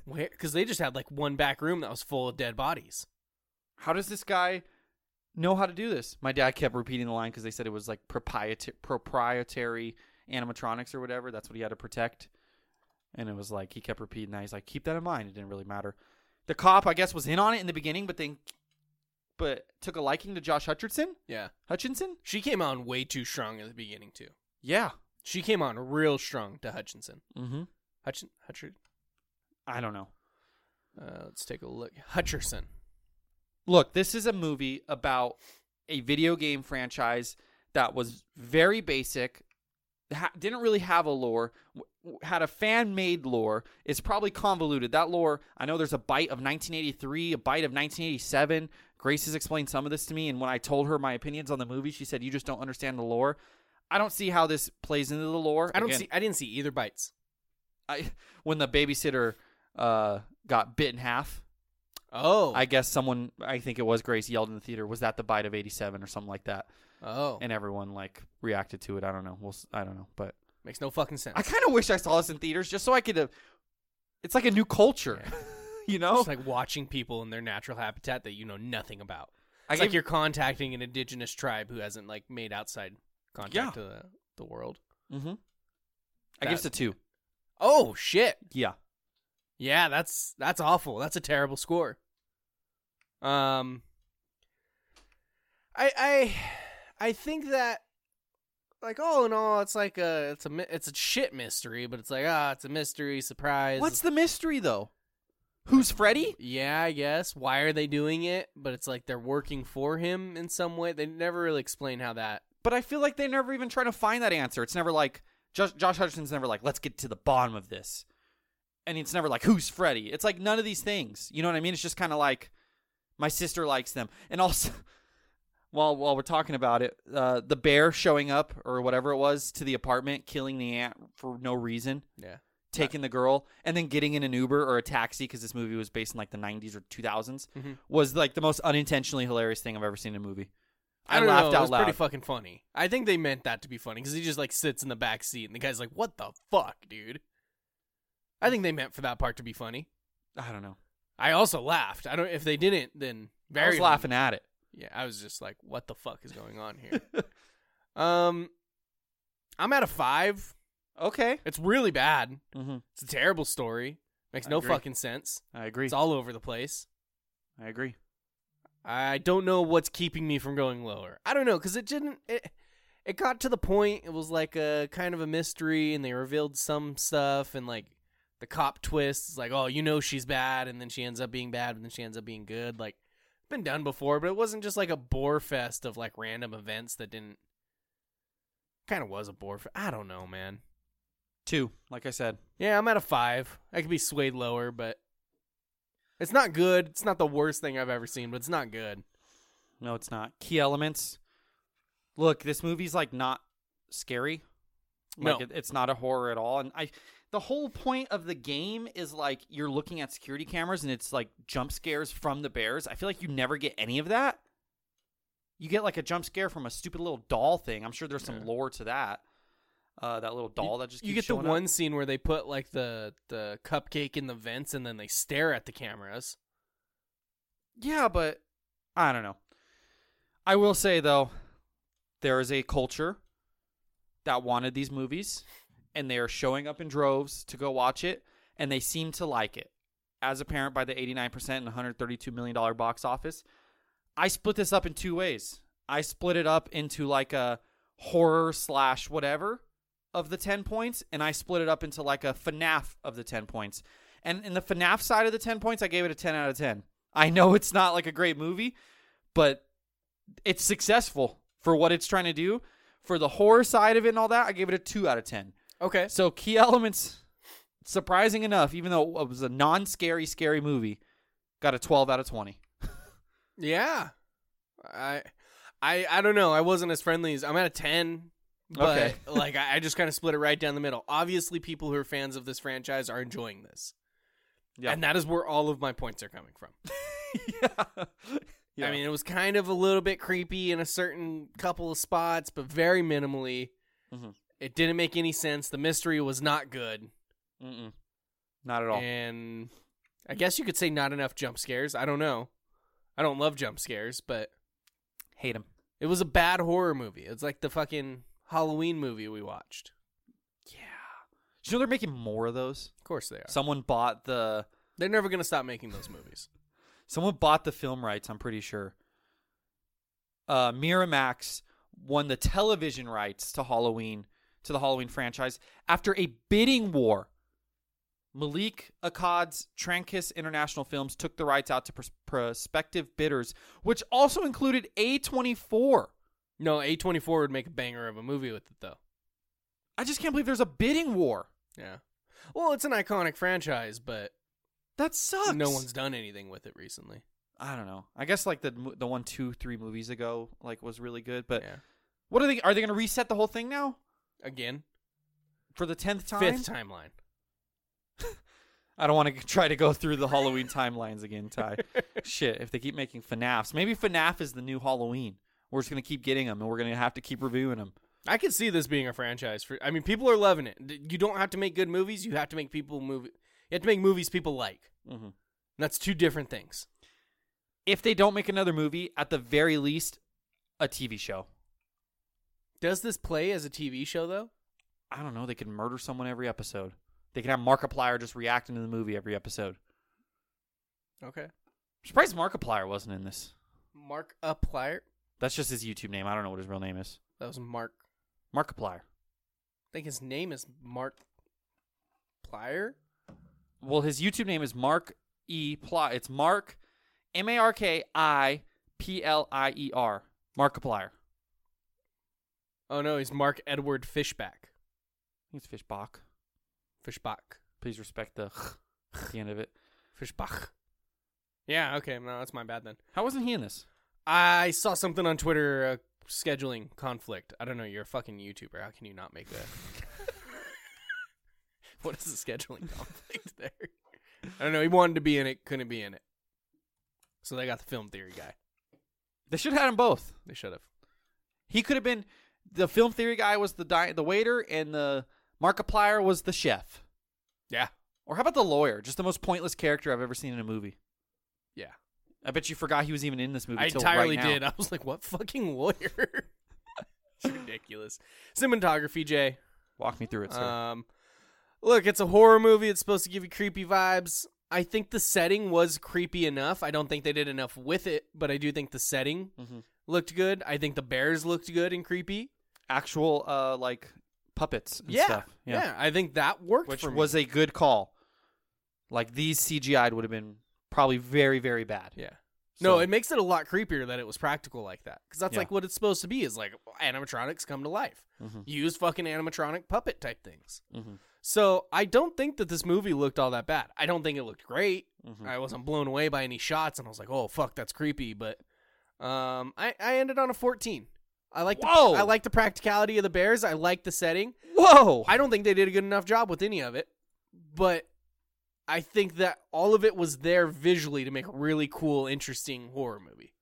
[SPEAKER 4] Where? Because they just had like one back room that was full of dead bodies.
[SPEAKER 3] How does this guy know how to do this? My dad kept repeating the line because they said it was like proprietary, proprietary animatronics or whatever. That's what he had to protect. And it was like he kept repeating that. He's like, keep that in mind. It didn't really matter. The cop, I guess, was in on it in the beginning, but then, but took a liking to Josh Hutcherson.
[SPEAKER 4] Yeah.
[SPEAKER 3] Hutchinson.
[SPEAKER 4] She came on way too strong at the beginning too.
[SPEAKER 3] Yeah.
[SPEAKER 4] She came on real strong to Hutchinson.
[SPEAKER 3] Mm-hmm.
[SPEAKER 4] Hutchin Hutchard.
[SPEAKER 3] I don't know.
[SPEAKER 4] Uh, let's take a look. Hutcherson.
[SPEAKER 3] Look, this is a movie about a video game franchise that was very basic, ha- didn't really have a lore, w- w- had a fan made lore. It's probably convoluted. That lore, I know there's a bite of 1983, a bite of 1987. Grace has explained some of this to me, and when I told her my opinions on the movie, she said, You just don't understand the lore. I don't see how this plays into the lore.
[SPEAKER 4] I don't
[SPEAKER 3] Again,
[SPEAKER 4] see. I didn't see either bites.
[SPEAKER 3] I, when the babysitter uh, got bit in half,
[SPEAKER 4] Oh.
[SPEAKER 3] I guess someone, I think it was Grace, yelled in the theater, "Was that the bite of '87 or something like that?"
[SPEAKER 4] oh.
[SPEAKER 3] And everyone like reacted to it. I don't know. We'll, s- I don't know, but
[SPEAKER 4] Makes no fucking sense.
[SPEAKER 3] I kind of wish I saw this in theaters just so I could. Uh, it's like a new culture, you know.
[SPEAKER 4] It's like watching people in their natural habitat that you know nothing about.
[SPEAKER 3] I
[SPEAKER 4] It's like
[SPEAKER 3] gave-
[SPEAKER 4] you're contacting an indigenous tribe who hasn't like made outside contact
[SPEAKER 3] Yeah.
[SPEAKER 4] to the, the world.
[SPEAKER 3] mm-hmm. I give it a two.
[SPEAKER 4] Oh shit.
[SPEAKER 3] Yeah,
[SPEAKER 4] Yeah, that's that's awful. That's a terrible score. Um I I I think that like all in all it's like a it's a mi- it's a shit mystery, but it's like ah, it's a mystery surprise.
[SPEAKER 3] what's the mystery though? Who's Freddy?
[SPEAKER 4] Yeah, I guess. Why are they doing it? But it's like they're working for him in some way. They never really explain how that.
[SPEAKER 3] But I feel like they never even try to find that answer. It's never like Josh, Josh Hutcherson's never like, "Let's get to the bottom of this," and it's never like, "Who's Freddy?" It's like none of these things. You know what I mean? It's just kind of like my sister likes them, and also. While, while we're talking about it, uh, the bear showing up or whatever it was to the apartment, killing the aunt for no reason,
[SPEAKER 4] Yeah.
[SPEAKER 3] taking the girl, and then getting in an Uber or a taxi because this movie was based in like the 90s or 2000s
[SPEAKER 4] Mm-hmm.
[SPEAKER 3] was like the most unintentionally hilarious thing I've ever seen in a movie. I,
[SPEAKER 4] don't
[SPEAKER 3] laughed
[SPEAKER 4] know.
[SPEAKER 3] out
[SPEAKER 4] it was
[SPEAKER 3] loud.
[SPEAKER 4] Pretty fucking funny. I think they meant that to be funny because he just like sits in the back seat and the guy's like, "What the fuck, dude?" I think they meant for that part to be funny.
[SPEAKER 3] I don't know.
[SPEAKER 4] I also laughed. I don't. If they didn't, then very
[SPEAKER 3] I was laughing at it.
[SPEAKER 4] Yeah, I was just like, "What the fuck is going on here?" um, I'm at a five.
[SPEAKER 3] Okay.
[SPEAKER 4] It's really bad.
[SPEAKER 3] Mhm.
[SPEAKER 4] It's a terrible story. Makes
[SPEAKER 3] I
[SPEAKER 4] no
[SPEAKER 3] agree.
[SPEAKER 4] fucking sense.
[SPEAKER 3] I agree.
[SPEAKER 4] It's all over the place.
[SPEAKER 3] I agree.
[SPEAKER 4] I don't know what's keeping me from going lower. I don't know because it didn't. It, it got to the point. It was like a kind of a mystery, and they revealed some stuff, and like the cop twist is like, oh, you know she's bad, and then she ends up being bad, and then she ends up being good. Like been done before, but it wasn't just like a bore fest of like random events that didn't. Kind of was a bore. Fe- I don't know, man.
[SPEAKER 3] Two, like I said.
[SPEAKER 4] Yeah, I'm at a five. I could be swayed lower, but it's not good. It's not the worst thing I've ever seen, but it's not good.
[SPEAKER 3] No, it's not. Key elements. Look, this movie's like not scary. Like
[SPEAKER 4] No.
[SPEAKER 3] it, it's not a horror at all. And I the whole point of the game is like you're looking at security cameras and it's like jump scares from the bears. I feel like you never get any of that. You get like a jump scare from a stupid little doll thing. I'm sure there's some lore to that. Uh, that little doll that just
[SPEAKER 4] you
[SPEAKER 3] keeps
[SPEAKER 4] get the
[SPEAKER 3] showing up.
[SPEAKER 4] one scene where they put like the the cupcake in the vents and then they stare at the cameras.
[SPEAKER 3] Yeah, but I don't know. I will say though, there is a culture that wanted these movies, and they are showing up in droves to go watch it, and they seem to like it. As apparent by the 89% and 132 million dollar box office, I split this up in two ways. I split it up into like a horror slash whatever of the 10 points, and I split it up into like a FNAF of the 10 points. And in the FNAF side of the 10 points, I gave it a 10 out of 10. I know it's not like a great movie, but it's successful for what it's trying to do. For the horror side of it and all that, I gave it a 2 out of 10.
[SPEAKER 4] Okay.
[SPEAKER 3] So key elements, surprising enough, even though it was a non-scary, scary movie, got a 12 out of 20.
[SPEAKER 4] Yeah. I I I don't know. I wasn't as friendly as I'm at a ten. But
[SPEAKER 3] Okay.
[SPEAKER 4] like I, I just kind of split it right down the middle. Obviously people who are fans of this franchise are enjoying this.
[SPEAKER 3] Yeah.
[SPEAKER 4] And that is where all of my points are coming from.
[SPEAKER 3] yeah.
[SPEAKER 4] I mean, it was kind of a little bit creepy in a certain couple of spots, but very minimally. Mm-hmm.
[SPEAKER 3] Mhm.
[SPEAKER 4] It didn't make any sense. The mystery was not good.
[SPEAKER 3] Mm-mm. Not at all.
[SPEAKER 4] And I guess you could say not enough jump scares. I don't know. I don't love jump scares, but
[SPEAKER 3] Hate him.
[SPEAKER 4] it was a bad horror movie. It's like the fucking Halloween movie we watched.
[SPEAKER 3] Yeah. Do you know they're making more of those?
[SPEAKER 4] Of course they are.
[SPEAKER 3] Someone bought the
[SPEAKER 4] They're never going to stop making those movies.
[SPEAKER 3] someone bought the film rights, I'm pretty sure. Uh Miramax won the television rights to Halloween to the Halloween franchise after a bidding war. Malik Akkad's Trankis International Films took the rights out to pros- prospective bidders, which also included A24.
[SPEAKER 4] No, A24 would make a banger of a movie with it, though.
[SPEAKER 3] I just can't believe there's a bidding war.
[SPEAKER 4] Yeah. Well, it's an iconic franchise, but
[SPEAKER 3] That sucks.
[SPEAKER 4] no one's done anything with it recently.
[SPEAKER 3] I don't know. I guess like the mo- the one, two, three movies ago like was really good. But
[SPEAKER 4] yeah.
[SPEAKER 3] what are they? Are they going to reset the whole thing now
[SPEAKER 4] Again,
[SPEAKER 3] for the tenth time?
[SPEAKER 4] fifth timeline.
[SPEAKER 3] I don't want to try to go through the Halloween timelines again, Ty. Shit, if they keep making FNAFs, maybe FNAF is the new Halloween. We're just going to keep getting them, and we're going to have to keep reviewing them.
[SPEAKER 4] I could see this being a franchise for. I mean, people are loving it. D- You don't have to make good movies. You have to make people movie. You have to make movies people like.
[SPEAKER 3] Mhm.
[SPEAKER 4] And that's two different things.
[SPEAKER 3] If they don't make another movie, at the very least, a TV show.
[SPEAKER 4] Does this play as a TV show though?
[SPEAKER 3] I don't know. They could murder someone every episode. They could have Markiplier just reacting to the movie every episode.
[SPEAKER 4] Okay.
[SPEAKER 3] I'm surprised Markiplier wasn't in this.
[SPEAKER 4] Mark Uplier.
[SPEAKER 3] That's just his YouTube name. I don't know what his real name is.
[SPEAKER 4] That was Mark.
[SPEAKER 3] Markiplier.
[SPEAKER 4] I think his name is Mark Plier.
[SPEAKER 3] Well, his YouTube name is Mark E. Ply. It's Mark M A R K I P L I E R. Markiplier.
[SPEAKER 4] Oh no, he's Mark Edward Fishback.
[SPEAKER 3] He's Fishbach.
[SPEAKER 4] Fishbach.
[SPEAKER 3] Please respect the at the end of it.
[SPEAKER 4] Fishbach. Yeah. Okay. No, that's my bad then.
[SPEAKER 3] How wasn't he in this?
[SPEAKER 4] I saw something on Twitter. Uh, scheduling conflict. I don't know. You're a fucking YouTuber. How can you not make that? what is the scheduling conflict there? I don't know. He wanted to be in it. Couldn't be in it. So they got the film theory guy.
[SPEAKER 3] They should have had them both.
[SPEAKER 4] They should have.
[SPEAKER 3] He could have been the film theory guy was the di- the waiter and the Markiplier was the chef.
[SPEAKER 4] Yeah.
[SPEAKER 3] Or how about the lawyer? Just the most pointless character I've ever seen in a movie.
[SPEAKER 4] Yeah.
[SPEAKER 3] I bet you forgot he was even in this movie.
[SPEAKER 4] I
[SPEAKER 3] till
[SPEAKER 4] entirely
[SPEAKER 3] right now.
[SPEAKER 4] did. I was like, what fucking lawyer? it's ridiculous. Cinematography, Jay.
[SPEAKER 3] Walk me through it, sir.
[SPEAKER 4] Um, look, it's a horror movie. It's supposed to give you creepy vibes. I think the setting was creepy enough. I don't think they did enough with it, but I do think the setting
[SPEAKER 3] Mm-hmm.
[SPEAKER 4] looked good. I think the bears looked good and creepy.
[SPEAKER 3] Actual, uh, like puppets and
[SPEAKER 4] yeah,
[SPEAKER 3] stuff.
[SPEAKER 4] yeah, I think that worked.
[SPEAKER 3] which
[SPEAKER 4] for me.
[SPEAKER 3] was a good call. Like these CGI would have been probably very, very bad.
[SPEAKER 4] yeah.
[SPEAKER 3] So-
[SPEAKER 4] No, it makes it a lot creepier that it was practical like that because that's
[SPEAKER 3] Yeah. Mm-hmm.
[SPEAKER 4] like what it's supposed to be is like animatronics come to life. Use fucking animatronic puppet type things. So I don't think that this movie looked all that bad. I don't think it looked great.
[SPEAKER 3] Mm-hmm.
[SPEAKER 4] I wasn't blown away by any shots, and I was like, "Oh fuck, that's creepy." But um, I I ended on a fourteen. I like the
[SPEAKER 3] Whoa!
[SPEAKER 4] I like the practicality of the bears. I like the setting.
[SPEAKER 3] Whoa!
[SPEAKER 4] I don't think they did a good enough job with any of it, but I think that all of it was there visually to make a really cool, interesting horror movie.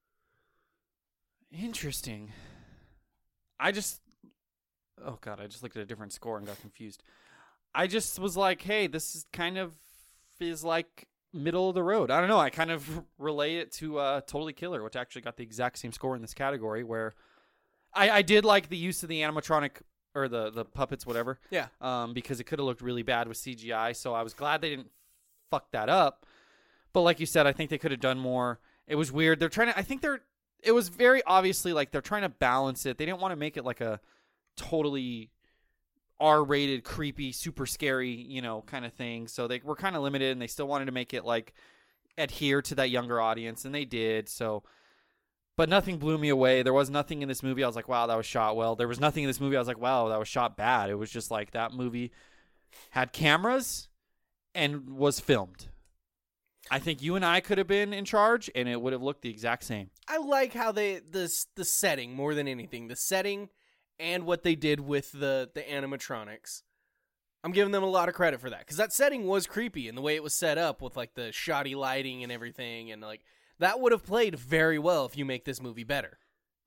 [SPEAKER 3] Interesting. I just Oh god, I just looked at a different score and got confused. I just was like, "Hey, this is kind of is like middle of the road." I don't know, I kind of relate it to uh Totally Killer, which actually got the exact same score in this category where I I did like the use of the animatronic or the the puppets whatever.
[SPEAKER 4] Yeah.
[SPEAKER 3] Um because it could have looked really bad with CGI, so I was glad they didn't fuck that up. But like you said, I think they could have done more. It was weird. They're trying to. I think they're. It was very obviously like they're trying to balance it. They didn't want to make it like a totally R-rated, creepy, super scary, you know, kind of thing. So they were kind of limited, and they still wanted to make it like adhere to that younger audience, and they did. So, but nothing blew me away. There was nothing in this movie. I was like, wow, that was shot well. There was nothing in this movie. I was like, wow, that was shot bad. It was just like that movie had cameras and was filmed. I think you and I could have been in charge, and it would have looked the exact same.
[SPEAKER 4] I like how they this the setting more than anything, the setting and what they did with the the animatronics. I'm giving them a lot of credit for that because that setting was creepy and the way it was set up with like the shoddy lighting and everything, and like that would have played very well if you make this movie better.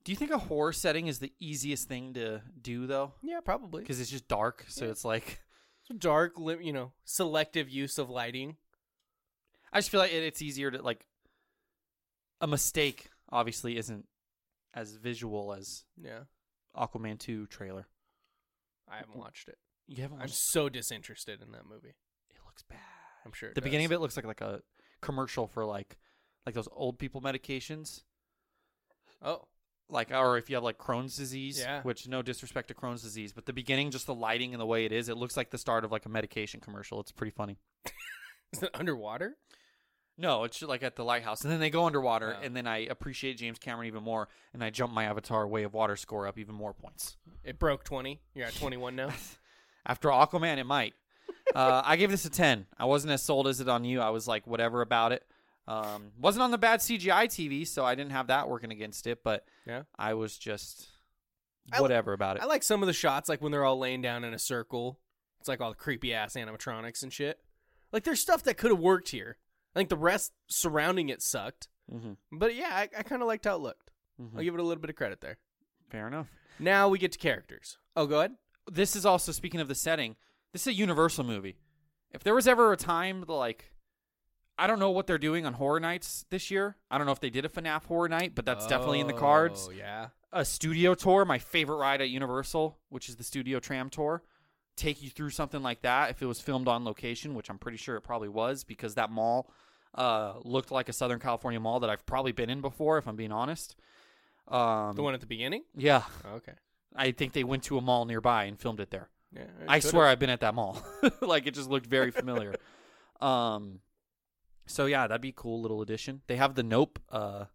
[SPEAKER 3] Do you think a horror setting is the easiest thing to do though?
[SPEAKER 4] Yeah, probably.
[SPEAKER 3] Because it's just dark, so it's like
[SPEAKER 4] dark, lim- you know, selective use of lighting.
[SPEAKER 3] I just feel like it, it's easier to like a mistake. Obviously, isn't as visual as
[SPEAKER 4] Yeah,
[SPEAKER 3] Aquaman two trailer.
[SPEAKER 4] I haven't watched it.
[SPEAKER 3] You haven't.
[SPEAKER 4] I'm
[SPEAKER 3] watched-
[SPEAKER 4] so disinterested in that movie.
[SPEAKER 3] it looks bad.
[SPEAKER 4] I'm sure it
[SPEAKER 3] the beginning of
[SPEAKER 4] does.
[SPEAKER 3] it looks like like a commercial for like like those old people medications.
[SPEAKER 4] Oh,
[SPEAKER 3] like or if you have like Crohn's disease,
[SPEAKER 4] Yeah.
[SPEAKER 3] which no disrespect to Crohn's disease, but the beginning, just the lighting and the way it is, it looks like the start of like a medication commercial. It's pretty funny.
[SPEAKER 4] is it underwater?
[SPEAKER 3] No, it's like at the lighthouse, and then they go underwater,
[SPEAKER 4] Oh.
[SPEAKER 3] and then I appreciate James Cameron even more, and I jump my Avatar Way of Water score up even more points.
[SPEAKER 4] It broke twenty. You're at twenty one now.
[SPEAKER 3] After Aquaman, it might. uh, I gave this a ten. I wasn't as sold as it on you. I was like whatever about it. Um, wasn't on the bad CGI TV, so I didn't have that working against it, but
[SPEAKER 4] Yeah.
[SPEAKER 3] I was just
[SPEAKER 4] I li-
[SPEAKER 3] whatever about it.
[SPEAKER 4] I like some of the shots, like when they're all laying down in a circle. It's like all the creepy ass animatronics and shit. Like there's stuff that could have worked here. I think the rest surrounding it sucked.
[SPEAKER 3] Mhm.
[SPEAKER 4] But yeah, I, I kind of liked how it looked.
[SPEAKER 3] Mhm.
[SPEAKER 4] I'll give it a little bit of credit there.
[SPEAKER 3] Fair enough.
[SPEAKER 4] Now we get to characters. Oh, go ahead.
[SPEAKER 3] this is also speaking of the setting. This is a Universal movie. If there was ever a time to, like, I don't know what they're doing on horror nights this year. I don't know if they did a FNAF horror night, but that's definitely in the cards.
[SPEAKER 4] Oh yeah.
[SPEAKER 3] A studio tour, my favorite ride at Universal, which is the studio tram tour, take you through something like that. If it was filmed on location, which I'm pretty sure it probably was, because that mall uh, looked like a Southern California mall that I've probably been in before, if I'm being honest. Um,
[SPEAKER 4] The one at the beginning.
[SPEAKER 3] yeah,
[SPEAKER 4] Okay.
[SPEAKER 3] I think they went to a mall nearby and filmed it there.
[SPEAKER 4] Yeah, it
[SPEAKER 3] I
[SPEAKER 4] could've.
[SPEAKER 3] swear I've been at that mall. like it just looked very familiar. um so yeah, that'd be a cool little addition. They have the Nope uh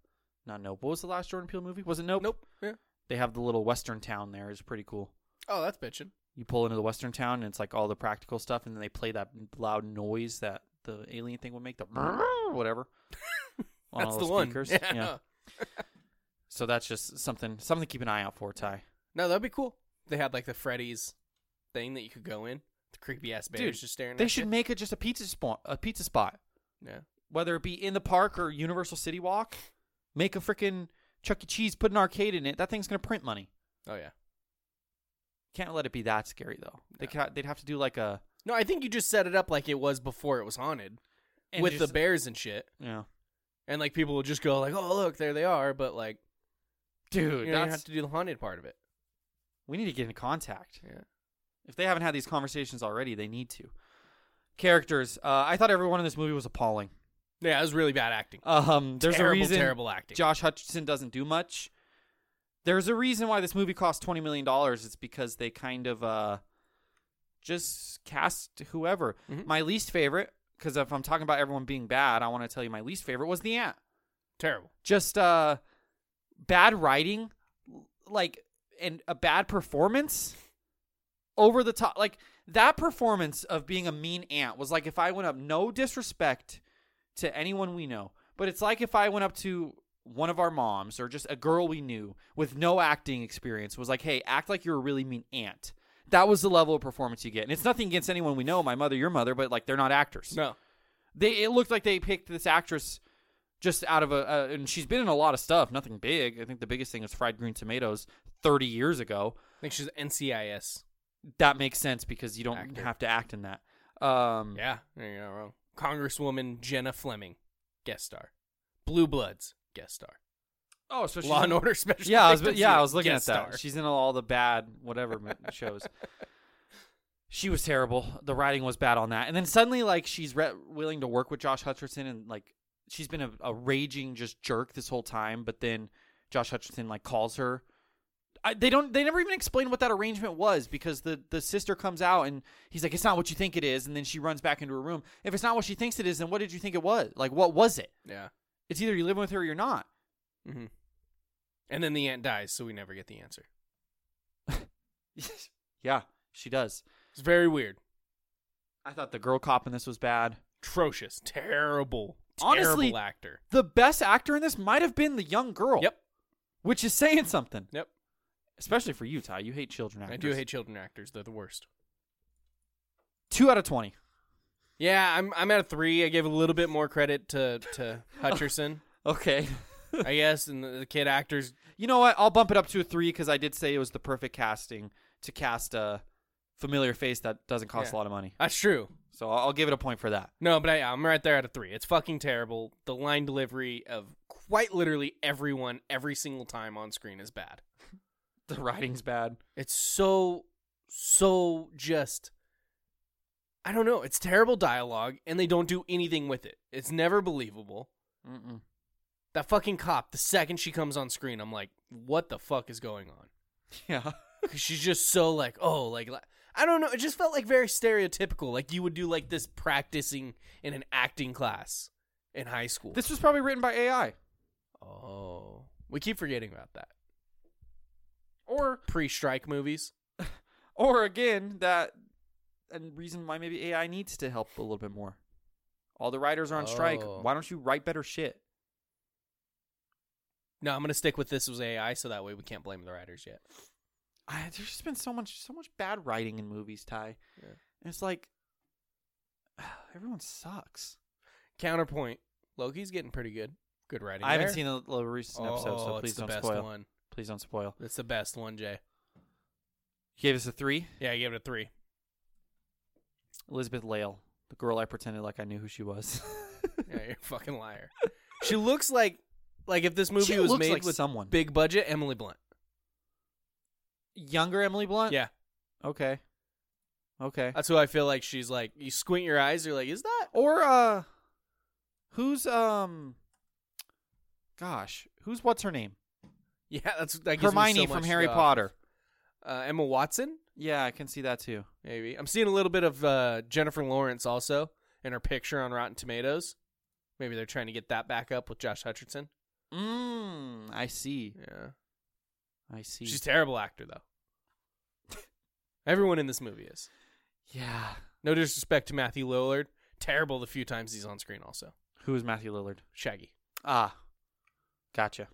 [SPEAKER 3] not Nope. What was the last Jordan Peele movie? Was it Nope?
[SPEAKER 4] Nope. Yeah.
[SPEAKER 3] They have the little western town there. It's pretty cool.
[SPEAKER 4] Oh, that's bitching.
[SPEAKER 3] You pull into the western town and it's like all the practical stuff and then they play that loud noise that the alien thing would make the whatever. on
[SPEAKER 4] That's
[SPEAKER 3] all
[SPEAKER 4] the one.
[SPEAKER 3] speakers.
[SPEAKER 4] Yeah.
[SPEAKER 3] So that's just something something to keep an eye out for, Ty.
[SPEAKER 4] No, that'd be cool. They had like the Freddy's thing that you could go in. The creepy ass bears just staring.
[SPEAKER 3] They
[SPEAKER 4] at
[SPEAKER 3] should
[SPEAKER 4] you.
[SPEAKER 3] make it just a pizza spot a pizza spot.
[SPEAKER 4] Yeah.
[SPEAKER 3] whether it be in the park or Universal City Walk, make a freaking Chuck E. Cheese, put an arcade in it. That thing's gonna print money.
[SPEAKER 4] Oh yeah.
[SPEAKER 3] Can't let it be that scary though. They ca- they'd have to do like a
[SPEAKER 4] No, I think you just set it up like it was before it was haunted
[SPEAKER 3] and
[SPEAKER 4] with
[SPEAKER 3] just-
[SPEAKER 4] the bears and shit,
[SPEAKER 3] Yeah,
[SPEAKER 4] and like people will just go like, "Oh look, there they are," but like
[SPEAKER 3] dude,
[SPEAKER 4] you don't
[SPEAKER 3] that's
[SPEAKER 4] have to do the haunted part of it.
[SPEAKER 3] we need to get in contact.
[SPEAKER 4] Yeah.
[SPEAKER 3] If they haven't had these conversations already, they need to. Characters. Uh, I thought everyone in this movie was appalling.
[SPEAKER 4] Yeah, it was really bad acting.
[SPEAKER 3] Um, there's
[SPEAKER 4] Terrible,
[SPEAKER 3] a reason
[SPEAKER 4] terrible acting.
[SPEAKER 3] Josh Hutcherson doesn't do much. There's a reason why this movie cost twenty million dollars. It's because they kind of uh, just cast whoever. My least favorite, because if I'm talking about everyone being bad, I want to tell you my least favorite was the ant.
[SPEAKER 4] terrible.
[SPEAKER 3] Just uh, bad writing, like and a bad performance, over the top. Like that performance of being a mean ant was like if I went up. No disrespect to anyone we know, but it's like if I went up to one of our moms or just a girl we knew with no acting experience was like, "Hey, act like you're a really mean aunt." That was the level of performance you get, and it's nothing against anyone we know, my mother, your mother, but like they're not actors.
[SPEAKER 4] No.
[SPEAKER 3] They it looked like they picked this actress just out of a, a and she's been in a lot of stuff, nothing big. I think the biggest thing was Fried Green Tomatoes 30 years ago.
[SPEAKER 4] I think she's NCIS.
[SPEAKER 3] That makes sense because you don't
[SPEAKER 4] Actor.
[SPEAKER 3] have to act in that. Um,
[SPEAKER 4] Yeah, there you go wrong. Congresswoman Jenna Fleming, guest star. Blue Bloods, guest star.
[SPEAKER 3] Oh, so she's
[SPEAKER 4] Law
[SPEAKER 3] in-
[SPEAKER 4] and Order Special.
[SPEAKER 3] Yeah, I was,
[SPEAKER 4] Victims
[SPEAKER 3] yeah, I
[SPEAKER 4] Unit,
[SPEAKER 3] was looking at
[SPEAKER 4] guest
[SPEAKER 3] that.
[SPEAKER 4] star.
[SPEAKER 3] She's in all the bad whatever mo- shows. She was terrible. The writing was bad on that. And then suddenly, like, she's re- willing to work with Josh Hutcherson, and like, she's been a, a raging just jerk this whole time. But then Josh Hutcherson like calls her. I, they don't. They never even explain what that arrangement was because the the sister comes out and he's like, "It's not what you think it is," and then she runs back into her room. If it's not what she thinks it is, then what did you think it was? Like, what was it?
[SPEAKER 4] yeah.
[SPEAKER 3] It's either you're living with her or you're not.
[SPEAKER 4] hmm And then the aunt dies, so we never get the answer.
[SPEAKER 3] yeah, she does.
[SPEAKER 4] It's very weird.
[SPEAKER 3] I thought the girl cop in this was bad.
[SPEAKER 4] Atrocious. Terrible.
[SPEAKER 3] Honestly-
[SPEAKER 4] terrible actor.
[SPEAKER 3] The best actor in this might have been the young girl.
[SPEAKER 4] Yep.
[SPEAKER 3] Which is saying something,
[SPEAKER 4] Yep.
[SPEAKER 3] especially for you, Ty. You hate children actors.
[SPEAKER 4] I do hate children actors. They're the worst.
[SPEAKER 3] two out of twenty.
[SPEAKER 4] Yeah, I'm I'm at a three. I gave a little bit more credit to to Hutcherson,
[SPEAKER 3] Okay.
[SPEAKER 4] I guess, and the, the kid actors.
[SPEAKER 3] you know what? I'll bump it up to a three because I did say it was the perfect casting to cast a familiar face that doesn't cost
[SPEAKER 4] Yeah.
[SPEAKER 3] a lot of money.
[SPEAKER 4] That's true.
[SPEAKER 3] So I'll I'll give it a point for that.
[SPEAKER 4] No, but I, I'm right there at a three. It's fucking terrible. The line delivery of quite literally everyone every single time on screen is bad.
[SPEAKER 3] The writing's bad.
[SPEAKER 4] It's so so just I don't know. It's terrible dialogue and they don't do anything with it. It's never believable.
[SPEAKER 3] Mm-mm.
[SPEAKER 4] That fucking cop, the second she comes on screen, I'm like, "What the fuck is going on?"
[SPEAKER 3] Yeah.
[SPEAKER 4] Cuz she's just so like, "Oh, like li- I don't know. It just felt like very stereotypical. Like you would do like this practicing in an acting class in high school.
[SPEAKER 3] This was probably written by AI
[SPEAKER 4] Oh, we keep forgetting about that.
[SPEAKER 3] or
[SPEAKER 4] Pre-strike movies.
[SPEAKER 3] or again that a reason why maybe AI needs to help a little bit more. All the writers are on strike.
[SPEAKER 4] Oh.
[SPEAKER 3] Why don't you write better shit?
[SPEAKER 4] No, I'm gonna stick with this was AI, so that way we can't blame the writers yet.
[SPEAKER 3] I, there's just been so much so much bad writing in movies, Ty.
[SPEAKER 4] Yeah.
[SPEAKER 3] And it's like everyone sucks.
[SPEAKER 4] Counterpoint: Loki's getting pretty good. Good writing.
[SPEAKER 3] I haven't
[SPEAKER 4] there.
[SPEAKER 3] seen the, the recent episode,
[SPEAKER 4] Oh,
[SPEAKER 3] so
[SPEAKER 4] it's
[SPEAKER 3] please
[SPEAKER 4] the
[SPEAKER 3] don't
[SPEAKER 4] best
[SPEAKER 3] spoil.
[SPEAKER 4] one.
[SPEAKER 3] Please don't spoil.
[SPEAKER 4] It's the best one, Jay.
[SPEAKER 3] You gave us a three.
[SPEAKER 4] Yeah, I gave it a three.
[SPEAKER 3] Elizabeth Lale, the girl I pretended like I knew who she was.
[SPEAKER 4] Yeah, you're a fucking liar. She looks like like if this movie
[SPEAKER 3] She
[SPEAKER 4] was
[SPEAKER 3] looks
[SPEAKER 4] made
[SPEAKER 3] like
[SPEAKER 4] with
[SPEAKER 3] someone.
[SPEAKER 4] big budget, Emily Blunt.
[SPEAKER 3] Younger Emily Blunt.
[SPEAKER 4] Yeah, Uh,
[SPEAKER 3] Okay. Okay.
[SPEAKER 4] that's who I feel like she's like. You squint your eyes, you're like, is that?
[SPEAKER 3] or uh, who's um, gosh, who's what's her name?
[SPEAKER 4] Yeah, that's that gives me so
[SPEAKER 3] Hermione from
[SPEAKER 4] much,
[SPEAKER 3] Harry
[SPEAKER 4] uh,
[SPEAKER 3] Potter.
[SPEAKER 4] Uh, Emma Watson.
[SPEAKER 3] Yeah, I can see that too.
[SPEAKER 4] Maybe I'm seeing a little bit of uh, Jennifer Lawrence also in her picture on Rotten Tomatoes. Maybe they're trying to get that back up with Josh Hutcherson.
[SPEAKER 3] Mm, I see.
[SPEAKER 4] Yeah,
[SPEAKER 3] I see.
[SPEAKER 4] she's a terrible actor though. Everyone in this movie is.
[SPEAKER 3] yeah.
[SPEAKER 4] No disrespect to Matthew Lillard, terrible the few times he's on screen. Also,
[SPEAKER 3] Who is Matthew Lillard?
[SPEAKER 4] Shaggy.
[SPEAKER 3] Ah, gotcha.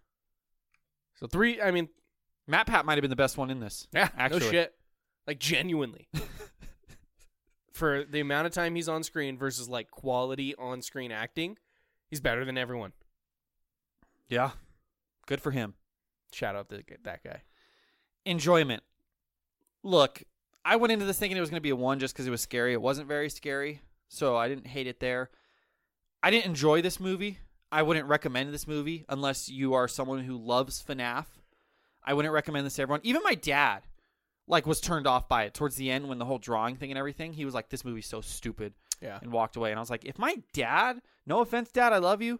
[SPEAKER 4] So three. I mean,
[SPEAKER 3] Matt Pat might have been the best one in this.
[SPEAKER 4] yeah,
[SPEAKER 3] actually.
[SPEAKER 4] no shit. Like genuinely, for the amount of time he's on screen versus like quality on screen acting, he's better than everyone.
[SPEAKER 3] Yeah, good for him.
[SPEAKER 4] Shout out to that guy.
[SPEAKER 3] Enjoyment. Look, I went into this thinking it was going to be a one just because it was scary. It wasn't very scary, so I didn't hate it there. I didn't enjoy this movie. I wouldn't recommend this movie unless you are someone who loves FNAF. I wouldn't recommend this to everyone. Even my dad. like was turned off by it towards the end when the whole drawing thing and everything. He was like, "This movie's so stupid,"
[SPEAKER 4] Yeah.
[SPEAKER 3] and walked away. And I was like, "If my dad, no offense, dad, I love you,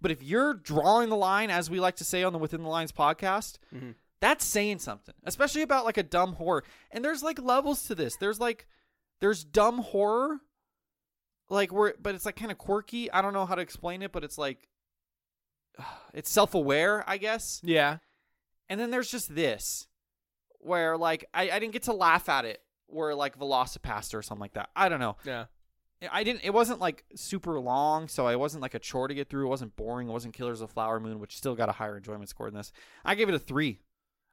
[SPEAKER 3] but if you're drawing the line, as we like to say on the Within the Lines podcast, that's saying something, especially about like a dumb horror. And there's like levels to this. There's like there's dumb horror, like where, but it's like kind of quirky. I don't know how to explain it, but it's like it's self aware, I guess.
[SPEAKER 4] Yeah.
[SPEAKER 3] And then there's just this, where like I, I didn't get to laugh at it, where like Velocipaster or something like that. I don't know.
[SPEAKER 4] Yeah.
[SPEAKER 3] I didn't. It wasn't like super long, so I wasn't like a chore to get through. It wasn't boring. It wasn't Killers of the Flower Moon, which still got a higher enjoyment score than this. I gave it a three.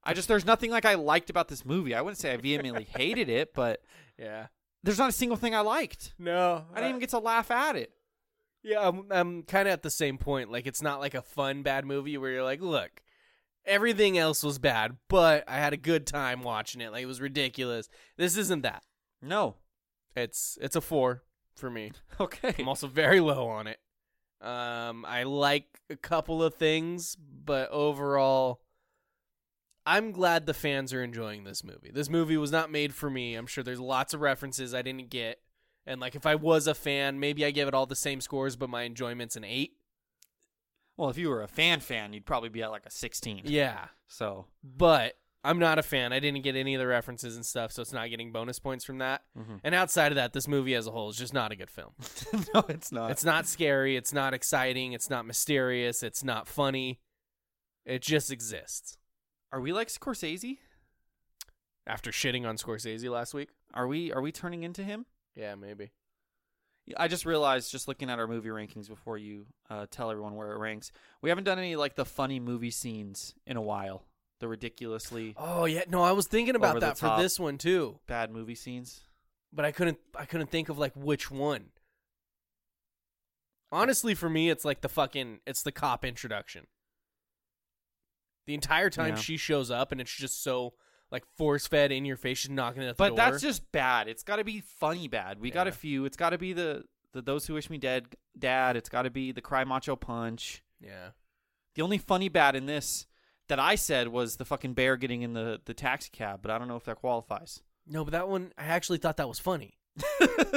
[SPEAKER 3] I just there's nothing like I liked about this movie. I wouldn't say I vehemently hated it, but
[SPEAKER 4] Yeah.
[SPEAKER 3] there's not a single thing I liked.
[SPEAKER 4] No.
[SPEAKER 3] I didn't even get to laugh at it.
[SPEAKER 4] Yeah, I'm, I'm kind of at the same point. Like, it's not like a fun bad movie where you're like, look, everything else was bad, but I had a good time watching it. Like, it was ridiculous. This isn't that.
[SPEAKER 3] No.
[SPEAKER 4] It's it's a four for me.
[SPEAKER 3] Okay.
[SPEAKER 4] I'm also very low on it. Um, I like a couple of things, but overall, I'm glad the fans are enjoying this movie. This movie was not made for me. I'm sure there's lots of references I didn't get. And like, if I was a fan, maybe I give it all the same scores, but my enjoyment's an eight.
[SPEAKER 3] Well, if you were a fan fan, you'd probably be at like a 16.
[SPEAKER 4] Yeah,
[SPEAKER 3] So
[SPEAKER 4] but I'm not a fan. I didn't get any of the references and stuff, so it's not getting bonus points from that. And outside of that, this movie as a whole is just not a good film.
[SPEAKER 3] no, it's not.
[SPEAKER 4] It's not scary. It's not exciting. It's not mysterious. It's not funny. It just exists.
[SPEAKER 3] Are we like Scorsese?
[SPEAKER 4] After shitting on Scorsese last week?
[SPEAKER 3] Are we are we turning into him?
[SPEAKER 4] Yeah, maybe.
[SPEAKER 3] I just realized, just looking at our movie rankings before you uh, tell everyone where it ranks, we haven't done any like the funny movie scenes in a while. The ridiculously
[SPEAKER 4] Oh yeah, no, I was thinking about
[SPEAKER 3] Over the
[SPEAKER 4] that for
[SPEAKER 3] top.
[SPEAKER 4] this one too,
[SPEAKER 3] bad movie scenes.
[SPEAKER 4] but I couldn't. I couldn't think of like which one. Honestly, for me, it's like the fucking. It's the cop introduction. The entire time
[SPEAKER 3] Yeah.
[SPEAKER 4] she shows up, and it's just so like force fed in your face. She's knocking at the
[SPEAKER 3] But
[SPEAKER 4] door.
[SPEAKER 3] that's just bad. It's got to be funny bad. We got a
[SPEAKER 4] Yeah.
[SPEAKER 3] few. It's got to be the, the Those Who Wish Me Dead, Dad. It's got to be the Cry Macho Punch.
[SPEAKER 4] yeah.
[SPEAKER 3] The only funny bad in this that I said was the fucking bear getting in the, the taxi cab, but I don't know if that qualifies.
[SPEAKER 4] No, but that one I actually thought that was funny.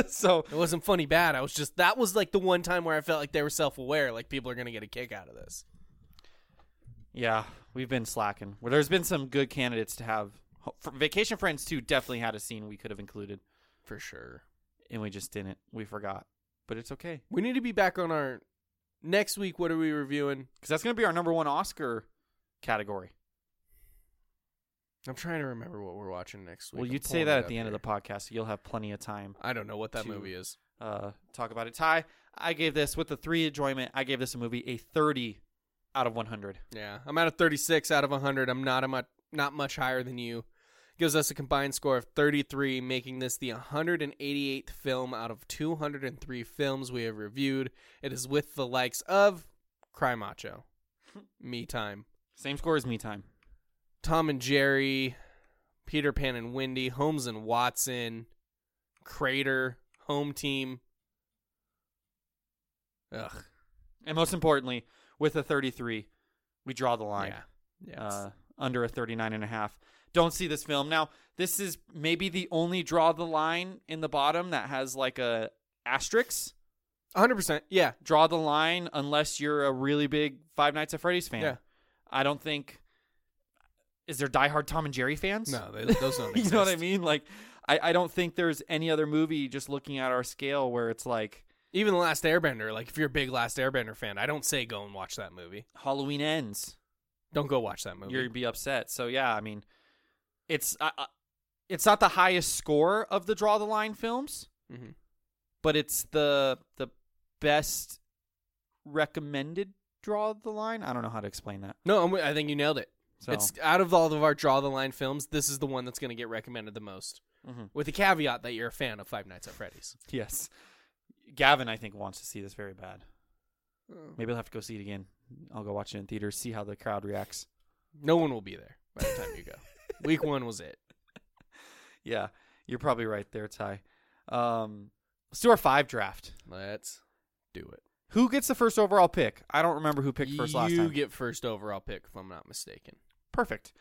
[SPEAKER 3] so
[SPEAKER 4] It wasn't funny bad. I was just that was like the one time where I felt like they were self aware, like people are gonna get a kick out of this.
[SPEAKER 3] Yeah, we've been slacking. Well, there's been some good candidates to have. For Vacation Friends 2 definitely had a scene we could have included,
[SPEAKER 4] For sure.
[SPEAKER 3] and we just didn't. We forgot. But it's okay.
[SPEAKER 4] We need to be back on our next week, what are we reviewing?
[SPEAKER 3] Because that's going to be our number one Oscar category.
[SPEAKER 4] I'm trying to remember what we're watching next week.
[SPEAKER 3] well,
[SPEAKER 4] I'm
[SPEAKER 3] you'd say
[SPEAKER 4] pulling
[SPEAKER 3] that
[SPEAKER 4] it
[SPEAKER 3] at the
[SPEAKER 4] up
[SPEAKER 3] end
[SPEAKER 4] here.
[SPEAKER 3] of the podcast. So you'll have plenty of time
[SPEAKER 4] I don't know what that
[SPEAKER 3] to-
[SPEAKER 4] movie is.
[SPEAKER 3] uh talk about it. Ty, I gave this, with the three enjoyment, I gave this a movie a 30 out of 100.
[SPEAKER 4] Yeah. I'm at a thirty six out of hundred. I'm not a much not much higher than you. Gives us a combined score of 33, making this the 188th film out of 203 films we have reviewed. It is with the likes of Cry Macho, Me Time,
[SPEAKER 3] Same score as Me Time.
[SPEAKER 4] Tom and Jerry, Peter Pan and Wendy, Holmes and Watson, Crater, Home Team. Ugh.
[SPEAKER 3] And most importantly, with a 33, we draw the line.
[SPEAKER 4] Yeah. Yeah. it's-
[SPEAKER 3] uh, under a 39 and a half. Don't see this film. Now, this is maybe the only draw the line in the bottom that has like a asterisk.
[SPEAKER 4] 100%. Yeah.
[SPEAKER 3] Draw the line unless you're a really big Five Nights at Freddy's fan.
[SPEAKER 4] Yeah.
[SPEAKER 3] I don't think is there diehard Tom and Jerry fans?
[SPEAKER 4] No, they, those don't
[SPEAKER 3] you
[SPEAKER 4] exist.
[SPEAKER 3] know what I mean? Like I, I don't think there's any other movie just looking at our scale where it's like
[SPEAKER 4] Even The Last Airbender, like if you're a big Last Airbender fan, I don't say go and watch that movie.
[SPEAKER 3] Halloween ends.
[SPEAKER 4] Don't go watch that movie.
[SPEAKER 3] you'd be upset. So yeah, I mean, it's I, I, it's not the highest score of the draw the line films,
[SPEAKER 4] Mhm.
[SPEAKER 3] but it's the the best recommended draw the line. I don't know how to explain that.
[SPEAKER 4] no, I'm, I think you nailed it.
[SPEAKER 3] So
[SPEAKER 4] It's out of all of our draw the line films, this is the one that's going to get recommended the most.
[SPEAKER 3] Mhm.
[SPEAKER 4] With the caveat that you're a fan of Five Nights at Freddy's.
[SPEAKER 3] yes, Gavin I think wants to see this very bad. Maybe I'll have to go see it again. I'll go watch it in theaters, see how the crowd reacts.
[SPEAKER 4] No one will be there by the time you go. Week one was it.
[SPEAKER 3] Yeah, you're probably right there, Ty. Um, let's do our five draft.
[SPEAKER 4] Let's do it.
[SPEAKER 3] Who gets the first overall pick? I don't remember who picked first last
[SPEAKER 4] you
[SPEAKER 3] time.
[SPEAKER 4] get first overall pick, if I'm not mistaken.
[SPEAKER 3] Perfect.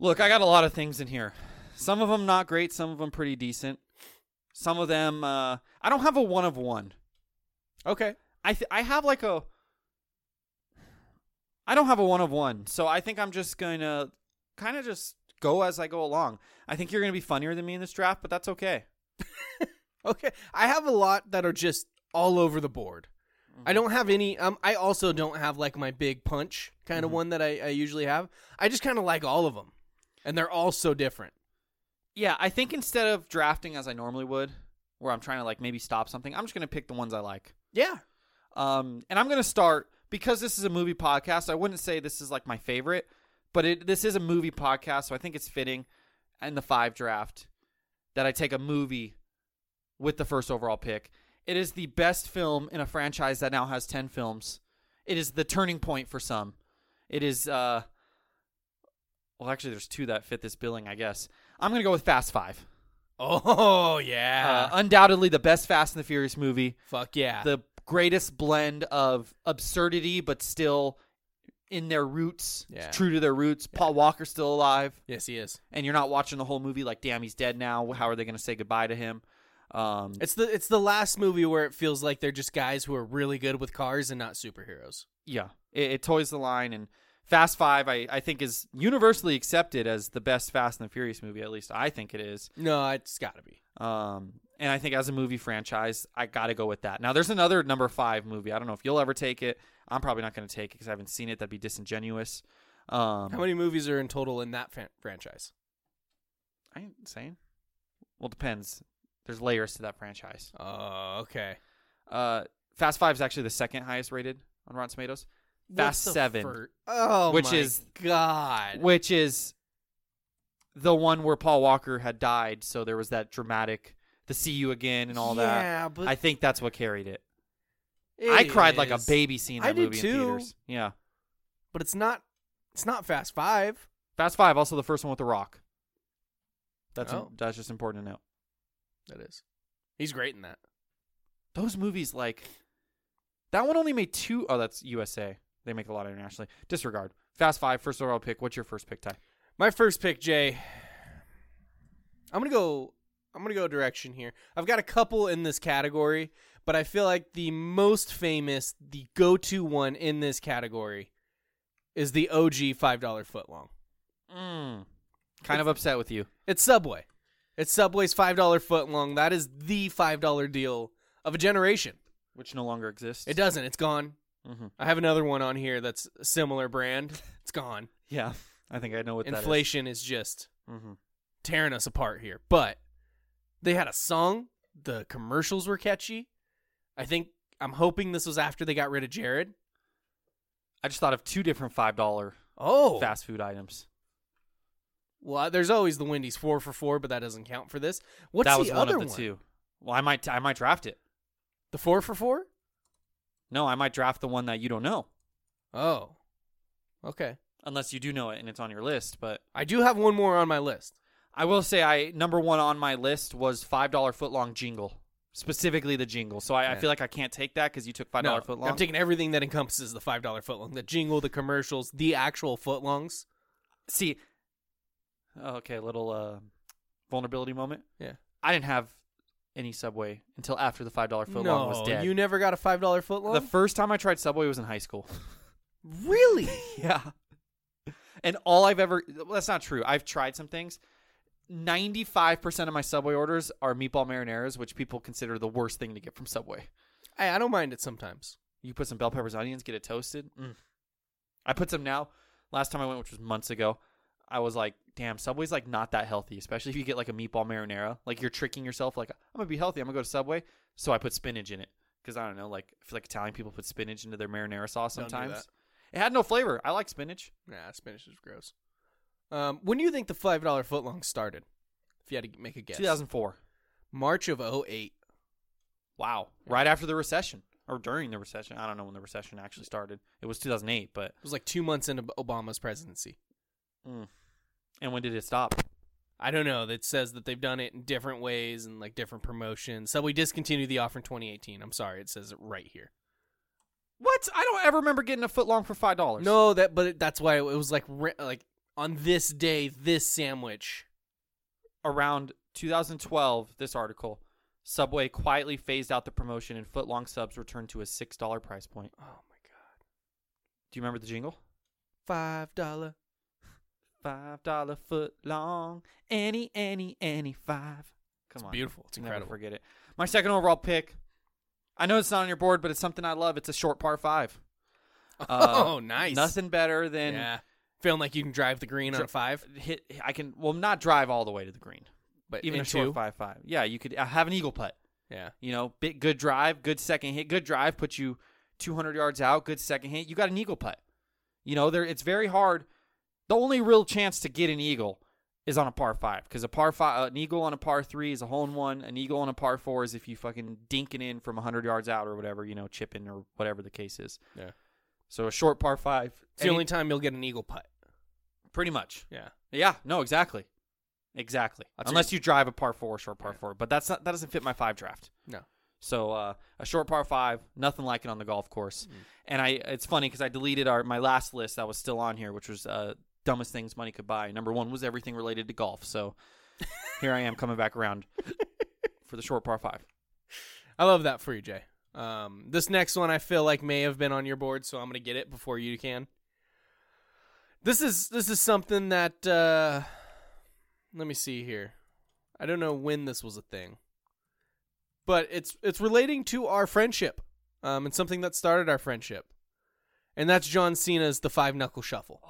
[SPEAKER 3] Look, I got a lot of things in here. Some of them not great, some of them pretty decent. Some of them uh I don't have a one of one.
[SPEAKER 4] Okay.
[SPEAKER 3] I th- I have like a I don't have a one of one, so I think I'm just gonna kind of just go as I go along. I think you're gonna be funnier than me in this draft, but that's okay.
[SPEAKER 4] Okay. I have a lot that are just all over the board. I don't have any. Um, I also don't have like my big punch kind of one that I, I usually have. I just kind of like all of them, and they're all so different.
[SPEAKER 3] Yeah, I think instead of drafting as I normally would, where I'm trying to like maybe stop something, I'm just gonna pick the ones I like.
[SPEAKER 4] Yeah.
[SPEAKER 3] Um, and I'm gonna start because this is a movie podcast. I wouldn't say this is like my favorite, but it this is a movie podcast, so I think it's fitting in the five draft that I take a movie with the first overall pick. It is the best film in a franchise that now has ten films. It is the turning point for some. It is uh, well, actually, there's two that fit this billing, I guess. I'm gonna go with Fast Five.
[SPEAKER 4] Oh yeah.
[SPEAKER 3] Uh, undoubtedly, the best Fast and the Furious movie
[SPEAKER 4] Fuck yeah.
[SPEAKER 3] the greatest blend of absurdity but still in their roots
[SPEAKER 4] Yeah.
[SPEAKER 3] true to their roots paul walker's still alive
[SPEAKER 4] yes, he is.
[SPEAKER 3] and you're not watching the whole movie like damn he's dead now how are they going to say goodbye to him um,
[SPEAKER 4] It's the it's the last movie where it feels like they're just guys who are really good with cars and not superheroes.
[SPEAKER 3] yeah it, it toys the line and fast five I, I think is universally accepted as the best fast and the furious movie at least i think it is
[SPEAKER 4] No, it's got to be.
[SPEAKER 3] um, and i think as a movie franchise i gotta go with that now there's another number five movie i don't know if you'll ever take it i'm probably not going to take it because i haven't seen it that'd be disingenuous um,
[SPEAKER 4] How many movies are in total in that fan- franchise?
[SPEAKER 3] I ain't saying. Well, depends. There's layers to that franchise.
[SPEAKER 4] Oh, okay.
[SPEAKER 3] Uh, Fast Five is actually the second highest rated on Rotten Tomatoes, Fast
[SPEAKER 4] What's the
[SPEAKER 3] Seven.
[SPEAKER 4] fir- oh,
[SPEAKER 3] Which
[SPEAKER 4] my
[SPEAKER 3] is-
[SPEAKER 4] God.
[SPEAKER 3] which is the one where Paul Walker had died. So there was that dramatic "the see you again" and all that.
[SPEAKER 4] Yeah, but
[SPEAKER 3] I think that's what carried it.
[SPEAKER 4] It
[SPEAKER 3] I cried like a
[SPEAKER 4] is.
[SPEAKER 3] baby seeing that
[SPEAKER 4] I did
[SPEAKER 3] movie in
[SPEAKER 4] too.
[SPEAKER 3] theaters. Yeah,
[SPEAKER 4] But it's not. It's not Fast Five.
[SPEAKER 3] Fast Five also the first one with The Rock. That's
[SPEAKER 4] Oh.
[SPEAKER 3] that's just important to note.
[SPEAKER 4] That is. He's great in that.
[SPEAKER 3] those movies like that one only made two oh that's usa they make a lot internationally disregard fast five first overall pick what's your first pick ty
[SPEAKER 4] My first pick, Jay. I'm gonna go. I'm gonna go direction here. I've got a couple in this category, but I feel like the most famous, the go-to one in this category, is the OG five dollar footlong.
[SPEAKER 3] mm. kind of upset with you
[SPEAKER 4] It's Subway. It's Subway's five dollar footlong. That is the five dollar deal of a generation.
[SPEAKER 3] which no longer exists
[SPEAKER 4] It doesn't. It's gone.
[SPEAKER 3] Mhm.
[SPEAKER 4] I have another one on here that's a similar brand. It's gone.
[SPEAKER 3] yeah i think i know what
[SPEAKER 4] Inflation is just
[SPEAKER 3] that is. Mhm.
[SPEAKER 4] tearing us apart here. But they had a song. The commercials were catchy. I think I'm hoping this was after they got rid of Jared.
[SPEAKER 3] i just thought of two different five dollar
[SPEAKER 4] Oh,
[SPEAKER 3] fast food items
[SPEAKER 4] Well, there's always the Wendy's four for four, but that doesn't count for this. What's
[SPEAKER 3] that was
[SPEAKER 4] the
[SPEAKER 3] one
[SPEAKER 4] other
[SPEAKER 3] of the two well i might i might draft it
[SPEAKER 4] The four for four.
[SPEAKER 3] no i might draft the one that you don't know
[SPEAKER 4] Oh, okay.
[SPEAKER 3] unless you do know it and it's on your list but
[SPEAKER 4] I do have one more on my list.
[SPEAKER 3] I will say I number one on my list was five dollar footlong jingle, specifically the jingle. So I, I
[SPEAKER 4] Yeah.
[SPEAKER 3] feel like I can't take that because you took five dollar
[SPEAKER 4] no,
[SPEAKER 3] footlong.
[SPEAKER 4] I'm taking everything that encompasses the five dollar footlong, the jingle, the commercials, the actual footlongs.
[SPEAKER 3] See, okay, little uh, vulnerability moment.
[SPEAKER 4] Yeah.
[SPEAKER 3] I didn't have any Subway until after the five dollar footlong
[SPEAKER 4] no,
[SPEAKER 3] was dead.
[SPEAKER 4] you never got a five dollar footlong.
[SPEAKER 3] the first time I tried Subway was in high school.
[SPEAKER 4] really?
[SPEAKER 3] yeah, and all I've ever well, that's not true. I've tried some things. Ninety-five percent of my Subway orders are meatball marinaras, which people consider the worst thing to get from Subway.
[SPEAKER 4] I, I don't mind it sometimes.
[SPEAKER 3] You put some bell peppers, onions, get it toasted. Mm. I put some now. Last time I went, which was months ago, I was like, "Damn, Subway's like not that healthy, especially if you get like a meatball marinara. Like you're tricking yourself. Like I'm gonna be healthy. I'm gonna go to Subway." So I put spinach in it because I don't know. Like I feel like Italian people put spinach into their marinara sauce
[SPEAKER 4] Don't do
[SPEAKER 3] sometimes.
[SPEAKER 4] that.
[SPEAKER 3] It had no flavor. I like spinach.
[SPEAKER 4] Nah, spinach is gross. Um, when do you think the five dollar footlong started? If you had to make a guess,
[SPEAKER 3] 2004.
[SPEAKER 4] March of 08.
[SPEAKER 3] Wow. Right after the recession or during the recession. I don't know when the recession actually started. It was 2008, but
[SPEAKER 4] It was like two months into Obama's presidency.
[SPEAKER 3] and when did it stop?
[SPEAKER 4] I don't know. That says that they've done it in different ways and like different promotions. So we discontinued the offer in 2018. I'm sorry, it says it right here.
[SPEAKER 3] What? I don't ever remember getting a foot long for five dollars.
[SPEAKER 4] No, that but it, that's why it was like re- like on this day, this sandwich.
[SPEAKER 3] around 2012, this article, Subway quietly phased out the promotion and footlong subs returned to a $6 price point.
[SPEAKER 4] Oh my god.
[SPEAKER 3] Do you remember the jingle?
[SPEAKER 4] Five dollar.
[SPEAKER 3] Five dollar foot long, any, any, any five. Come
[SPEAKER 4] It's
[SPEAKER 3] on,
[SPEAKER 4] beautiful. It's
[SPEAKER 3] Never
[SPEAKER 4] incredible.
[SPEAKER 3] forget it. My second overall pick. I know it's not on your board, but it's something I love. It's a short par five. Uh,
[SPEAKER 4] Oh, nice.
[SPEAKER 3] Nothing better than
[SPEAKER 4] yeah. Feeling like you can drive the green on a five,
[SPEAKER 3] hit. I can well not drive all the way to the green,
[SPEAKER 4] but
[SPEAKER 3] even
[SPEAKER 4] in
[SPEAKER 3] a short
[SPEAKER 4] two.
[SPEAKER 3] five five. Yeah, you could uh, have an eagle putt.
[SPEAKER 4] Yeah.
[SPEAKER 3] You know, bit good drive, good second hit, good drive puts you 200 yards out, good second hit. You got an eagle putt. You know, there it's very hard. The only real chance to get an eagle is on a par five because a par five, an eagle on a par three is a hole in one. An eagle on a par four is if you fucking dinking in from 100 yards out or whatever, you know, chipping or whatever the case is.
[SPEAKER 4] Yeah.
[SPEAKER 3] So a short par five,
[SPEAKER 4] It's the
[SPEAKER 3] any-
[SPEAKER 4] only time you'll get an eagle putt.
[SPEAKER 3] pretty much.
[SPEAKER 4] Yeah.
[SPEAKER 3] Yeah, no, exactly, exactly.
[SPEAKER 4] That's
[SPEAKER 3] Unless
[SPEAKER 4] your-
[SPEAKER 3] you drive a par four, short par
[SPEAKER 4] Yeah.
[SPEAKER 3] four, but that's not that doesn't fit my five draft.
[SPEAKER 4] No.
[SPEAKER 3] So uh, a short par five, nothing like it on the golf course. And I, it's funny because I deleted our my last list that was still on here, which was uh, dumbest things money could buy. Number one was everything related to golf. So here I am coming back around for the short par five.
[SPEAKER 4] I love that for you, Jay. Um, this next one I feel like may have been on your board, so I'm gonna get it before you can. This is this is something that uh, let me see here. I don't know when this was a thing, but it's it's relating to our friendship, um, and something that started our friendship, and that's John Cena's the five knuckle shuffle.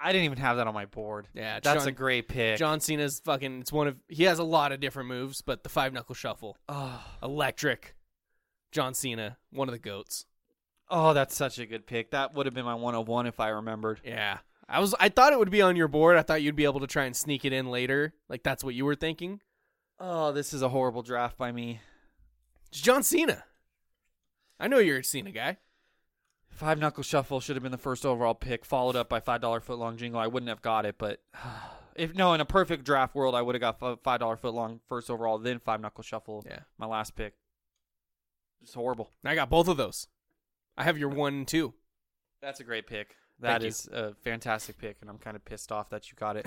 [SPEAKER 3] I didn't even have that on my board.
[SPEAKER 4] Yeah,
[SPEAKER 3] that's
[SPEAKER 4] John-
[SPEAKER 3] a great pick.
[SPEAKER 4] John Cena's fucking it's one of he has a lot of different moves, but the five knuckle shuffle,
[SPEAKER 3] oh,
[SPEAKER 4] electric. John Cena, one of the goats.
[SPEAKER 3] oh, that's such a good pick. That would have been my 101 if I remembered.
[SPEAKER 4] Yeah. I was I thought it would be on your board. I thought you'd be able to try and sneak it in later. Like that's what you were thinking.
[SPEAKER 3] Oh, this is a horrible draft by me.
[SPEAKER 4] It's John Cena. I know you're a Cena guy.
[SPEAKER 3] Five Knuckle Shuffle should have been the first overall pick, followed up by five dollar foot long jingle. I wouldn't have got it, but if no, in a perfect draft world, I would have got fi- five dollar foot long first overall, then five knuckle shuffle.
[SPEAKER 4] Yeah.
[SPEAKER 3] my last pick. It's horrible.
[SPEAKER 4] And I got both of those. I have your one and two.
[SPEAKER 3] That's a great pick.
[SPEAKER 4] Thank
[SPEAKER 3] That
[SPEAKER 4] you.
[SPEAKER 3] is a fantastic pick, and I'm kind of pissed off that you got it.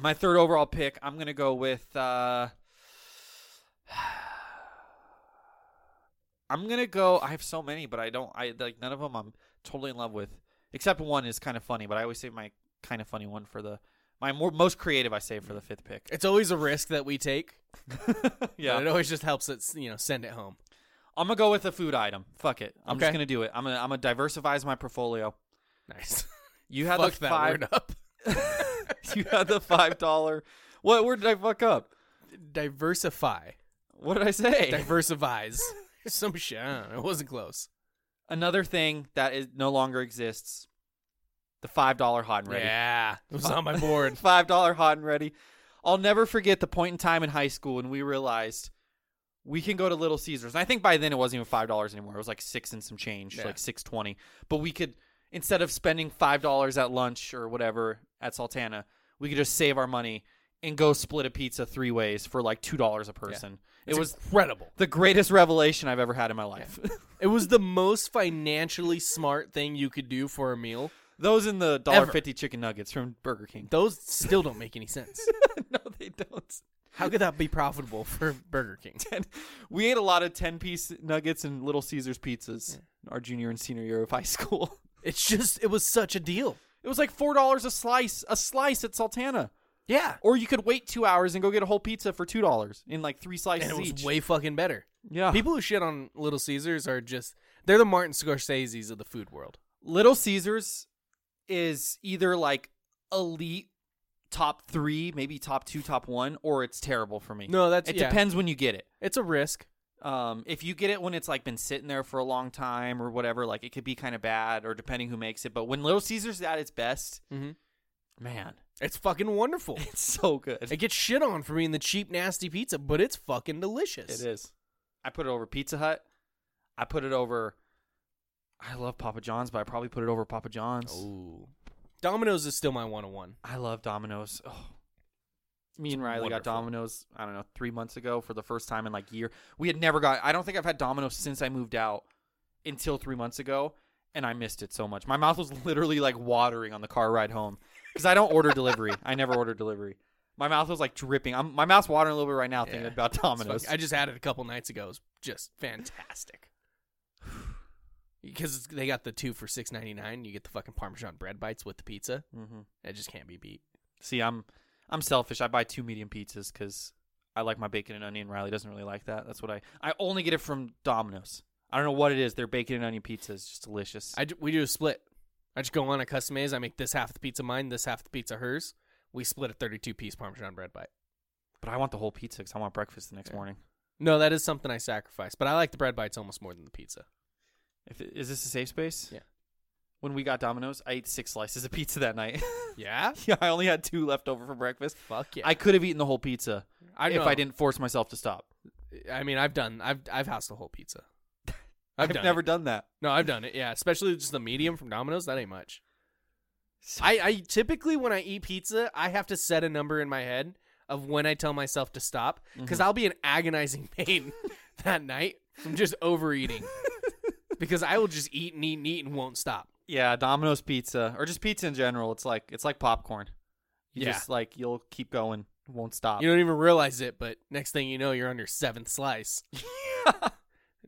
[SPEAKER 3] My third overall pick, I'm gonna go with. Uh, I'm gonna go. I have so many, but I don't. I like none of them. I'm totally in love with, except one is kind of funny. But I always save my kind of funny one for the my more, most creative. I save for the fifth pick.
[SPEAKER 4] It's always a risk that we take. But it
[SPEAKER 3] yeah,
[SPEAKER 4] always just helps it, you know, send it home.
[SPEAKER 3] I'm gonna go with a food item. Fuck it. I'm
[SPEAKER 4] Okay.
[SPEAKER 3] just gonna do it. I'm gonna I'm gonna diversify my portfolio.
[SPEAKER 4] Nice.
[SPEAKER 3] You had
[SPEAKER 4] Fuck
[SPEAKER 3] the
[SPEAKER 4] that
[SPEAKER 3] five.
[SPEAKER 4] word up.
[SPEAKER 3] you had the five dollar. What word did I fuck up?
[SPEAKER 4] Diversify.
[SPEAKER 3] What did I say?
[SPEAKER 4] Diversifies. Some shit. I don't know. It wasn't close.
[SPEAKER 3] Another thing that is no longer exists. The five dollar hot and ready.
[SPEAKER 4] Yeah. It was on my board.
[SPEAKER 3] Five dollar hot and ready. I'll never forget the point in time in high school when we realized we can go to Little Caesars. And I think by then it wasn't even five dollars anymore. It was like six and some change,
[SPEAKER 4] Yeah.
[SPEAKER 3] like six twenty. But we could instead of spending five dollars at lunch or whatever at Sultana, we could just save our money and go split a pizza three ways for like two dollars a person. It was
[SPEAKER 4] incredible.
[SPEAKER 3] the greatest revelation I've ever had in my life.
[SPEAKER 4] It was the most financially smart thing you could do for a meal.
[SPEAKER 3] Those in the dollar
[SPEAKER 4] Ever.
[SPEAKER 3] fifty chicken nuggets from Burger King.
[SPEAKER 4] Those still don't make any sense.
[SPEAKER 3] no, they don't.
[SPEAKER 4] How could that be profitable for Burger King?
[SPEAKER 3] And we ate a lot of ten piece nuggets and Little Caesars pizzas in our junior and senior year of high school.
[SPEAKER 4] It's just it was such a deal.
[SPEAKER 3] It was like four dollars a slice, a slice at Sultana.
[SPEAKER 4] Yeah.
[SPEAKER 3] Or you could wait two hours and go get a whole pizza for two dollars in like three
[SPEAKER 4] And
[SPEAKER 3] slices
[SPEAKER 4] it
[SPEAKER 3] each.
[SPEAKER 4] was way fucking better.
[SPEAKER 3] yeah,
[SPEAKER 4] People who shit on Little Caesars are just they're the Martin Scorsese's of the food world.
[SPEAKER 3] Little Caesars is either like elite top three, maybe top two, top one, or it's terrible for me.
[SPEAKER 4] No, that's-
[SPEAKER 3] it
[SPEAKER 4] yeah.
[SPEAKER 3] depends when you get it.
[SPEAKER 4] It's a risk.
[SPEAKER 3] Um, if you get it when it's like been sitting there for a long time or whatever, like it could be kind of bad or depending who makes it. But when Little Caesars is at its best,
[SPEAKER 4] Mhm.
[SPEAKER 3] man,
[SPEAKER 4] It's fucking wonderful.
[SPEAKER 3] it's so good.
[SPEAKER 4] it gets shit on for being the cheap nasty pizza, but it's fucking delicious.
[SPEAKER 3] It is. I put it over Pizza Hut. I put it over. I love Papa John's, but I probably put it over Papa John's.
[SPEAKER 4] Ooh. Domino's is still my one on one.
[SPEAKER 3] I love Domino's. Oh. Me and Riley got
[SPEAKER 4] wonderful.
[SPEAKER 3] Domino's, I don't know, three months ago for the first time in like year. We had never got I don't think I've had Domino's since I moved out until three months ago. and I missed it so much. My mouth was literally like watering on the car ride home because I don't order delivery. I never order delivery. My mouth was like dripping. I'm, my mouth's watering a little bit right now thinking
[SPEAKER 4] Yeah.
[SPEAKER 3] about Domino's.
[SPEAKER 4] I just had it a couple nights ago. It was just fantastic. Because they got the two for six ninety nine. You get the fucking Parmesan bread bites with the pizza.
[SPEAKER 3] Mhm.
[SPEAKER 4] It just can't be beat.
[SPEAKER 3] See, I'm I'm selfish. I buy two medium pizzas because I like my bacon and onion. Riley doesn't really like that. That's what I I only get it from Domino's. I don't know what it is. Their bacon and onion pizza is just delicious.
[SPEAKER 4] I ju- we do a split. I just go on a customize. I make this half the pizza mine, this half the pizza hers. We split a thirty two piece Parmesan bread bite.
[SPEAKER 3] but I want the whole pizza because I want breakfast the next morning.
[SPEAKER 4] No, that is something I sacrifice, but I like the bread bites almost more than the pizza.
[SPEAKER 3] If it- is this a safe space?
[SPEAKER 4] Yeah.
[SPEAKER 3] When we got Domino's, I ate six slices of pizza that night.
[SPEAKER 4] Yeah,
[SPEAKER 3] yeah, I only had two left over for breakfast.
[SPEAKER 4] fuck yeah.
[SPEAKER 3] I could have eaten the whole pizza
[SPEAKER 4] I
[SPEAKER 3] if
[SPEAKER 4] know.
[SPEAKER 3] I didn't force myself to stop.
[SPEAKER 4] I mean, I've done. I've I've housed a whole pizza. I've,
[SPEAKER 3] I've,
[SPEAKER 4] done
[SPEAKER 3] never
[SPEAKER 4] it.
[SPEAKER 3] done that.
[SPEAKER 4] No, I've done it. Yeah, especially just the medium from Domino's. That ain't much. I, I typically when I eat pizza, I have to set a number in my head of when I tell myself to stop because I'll be in agonizing pain that night from just overeating because I will just eat and eat and eat and won't stop.
[SPEAKER 3] Yeah, Domino's pizza or just pizza in general. It's like it's like popcorn. You
[SPEAKER 4] Yeah.
[SPEAKER 3] just like you'll keep going, won't stop.
[SPEAKER 4] You don't even realize it, but next thing you know, you're on your seventh slice. And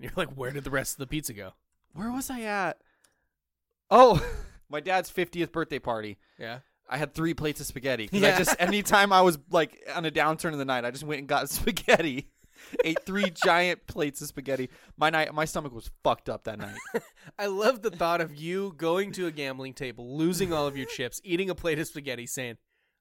[SPEAKER 4] you're like, where did the rest of the pizza go?
[SPEAKER 3] Where was I at? Oh, my dad's 50th birthday party.
[SPEAKER 4] Yeah.
[SPEAKER 3] I had three plates of spaghetti. 'cause I
[SPEAKER 4] Yeah.
[SPEAKER 3] just anytime I was like on a downturn in the night, I just went and got spaghetti. Ate three giant plates of spaghetti. My night, my stomach was fucked up that night.
[SPEAKER 4] I love the thought of you going to a gambling table, losing all of your chips, eating a plate of spaghetti, saying,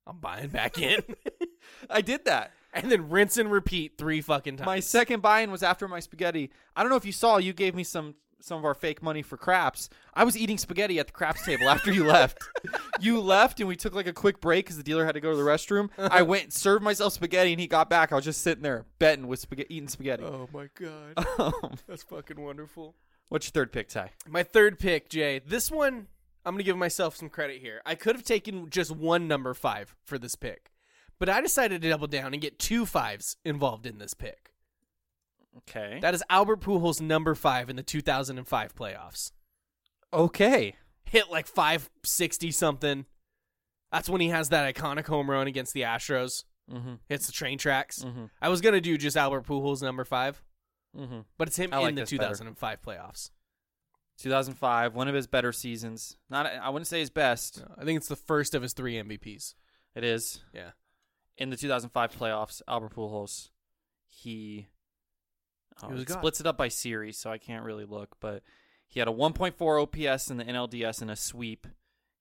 [SPEAKER 4] I'm buying back in,
[SPEAKER 3] I did that.
[SPEAKER 4] and then rinse and repeat three fucking times.
[SPEAKER 3] My second buy-in was after my spaghetti. I don't know if you saw. You gave me some some of our fake money for craps. I was eating spaghetti at the craps table after you left. You left, and we took like a quick break because the dealer had to go to the restroom. I went served myself spaghetti, and he got back. I was just sitting there betting with spaghetti, eating spaghetti.
[SPEAKER 4] Oh my god.
[SPEAKER 3] Oh.
[SPEAKER 4] That's fucking wonderful.
[SPEAKER 3] What's your third pick, Ty?
[SPEAKER 4] My third pick, Jay. This one, I'm going to give myself some credit here. I could have taken just one number five for this pick, but I decided to double down and get two fives involved in this pick.
[SPEAKER 3] Okay.
[SPEAKER 4] That is Albert Pujols' number five in the 2005 playoffs.
[SPEAKER 3] okay.
[SPEAKER 4] hit like 560 something. That's when he has that iconic home run against the Astros.
[SPEAKER 3] Mm-hmm.
[SPEAKER 4] Hits the train tracks.
[SPEAKER 3] Mhm.
[SPEAKER 4] I was gonna do just Albert Pujols number five,
[SPEAKER 3] Mm-hmm.
[SPEAKER 4] but it's him
[SPEAKER 3] I like
[SPEAKER 4] in the
[SPEAKER 3] this better.
[SPEAKER 4] 2005 playoffs.
[SPEAKER 3] 2005, one of his better seasons. Not, I wouldn't say his best.
[SPEAKER 4] I think it's the first of his three MVPs.
[SPEAKER 3] It is
[SPEAKER 4] Yeah,
[SPEAKER 3] in the 2005 playoffs. Albert Pujols, he, oh,
[SPEAKER 4] He was
[SPEAKER 3] it
[SPEAKER 4] God.
[SPEAKER 3] splits it up by series, so I can't really look. But he had a 1.4 OPS in the NLDS in a sweep.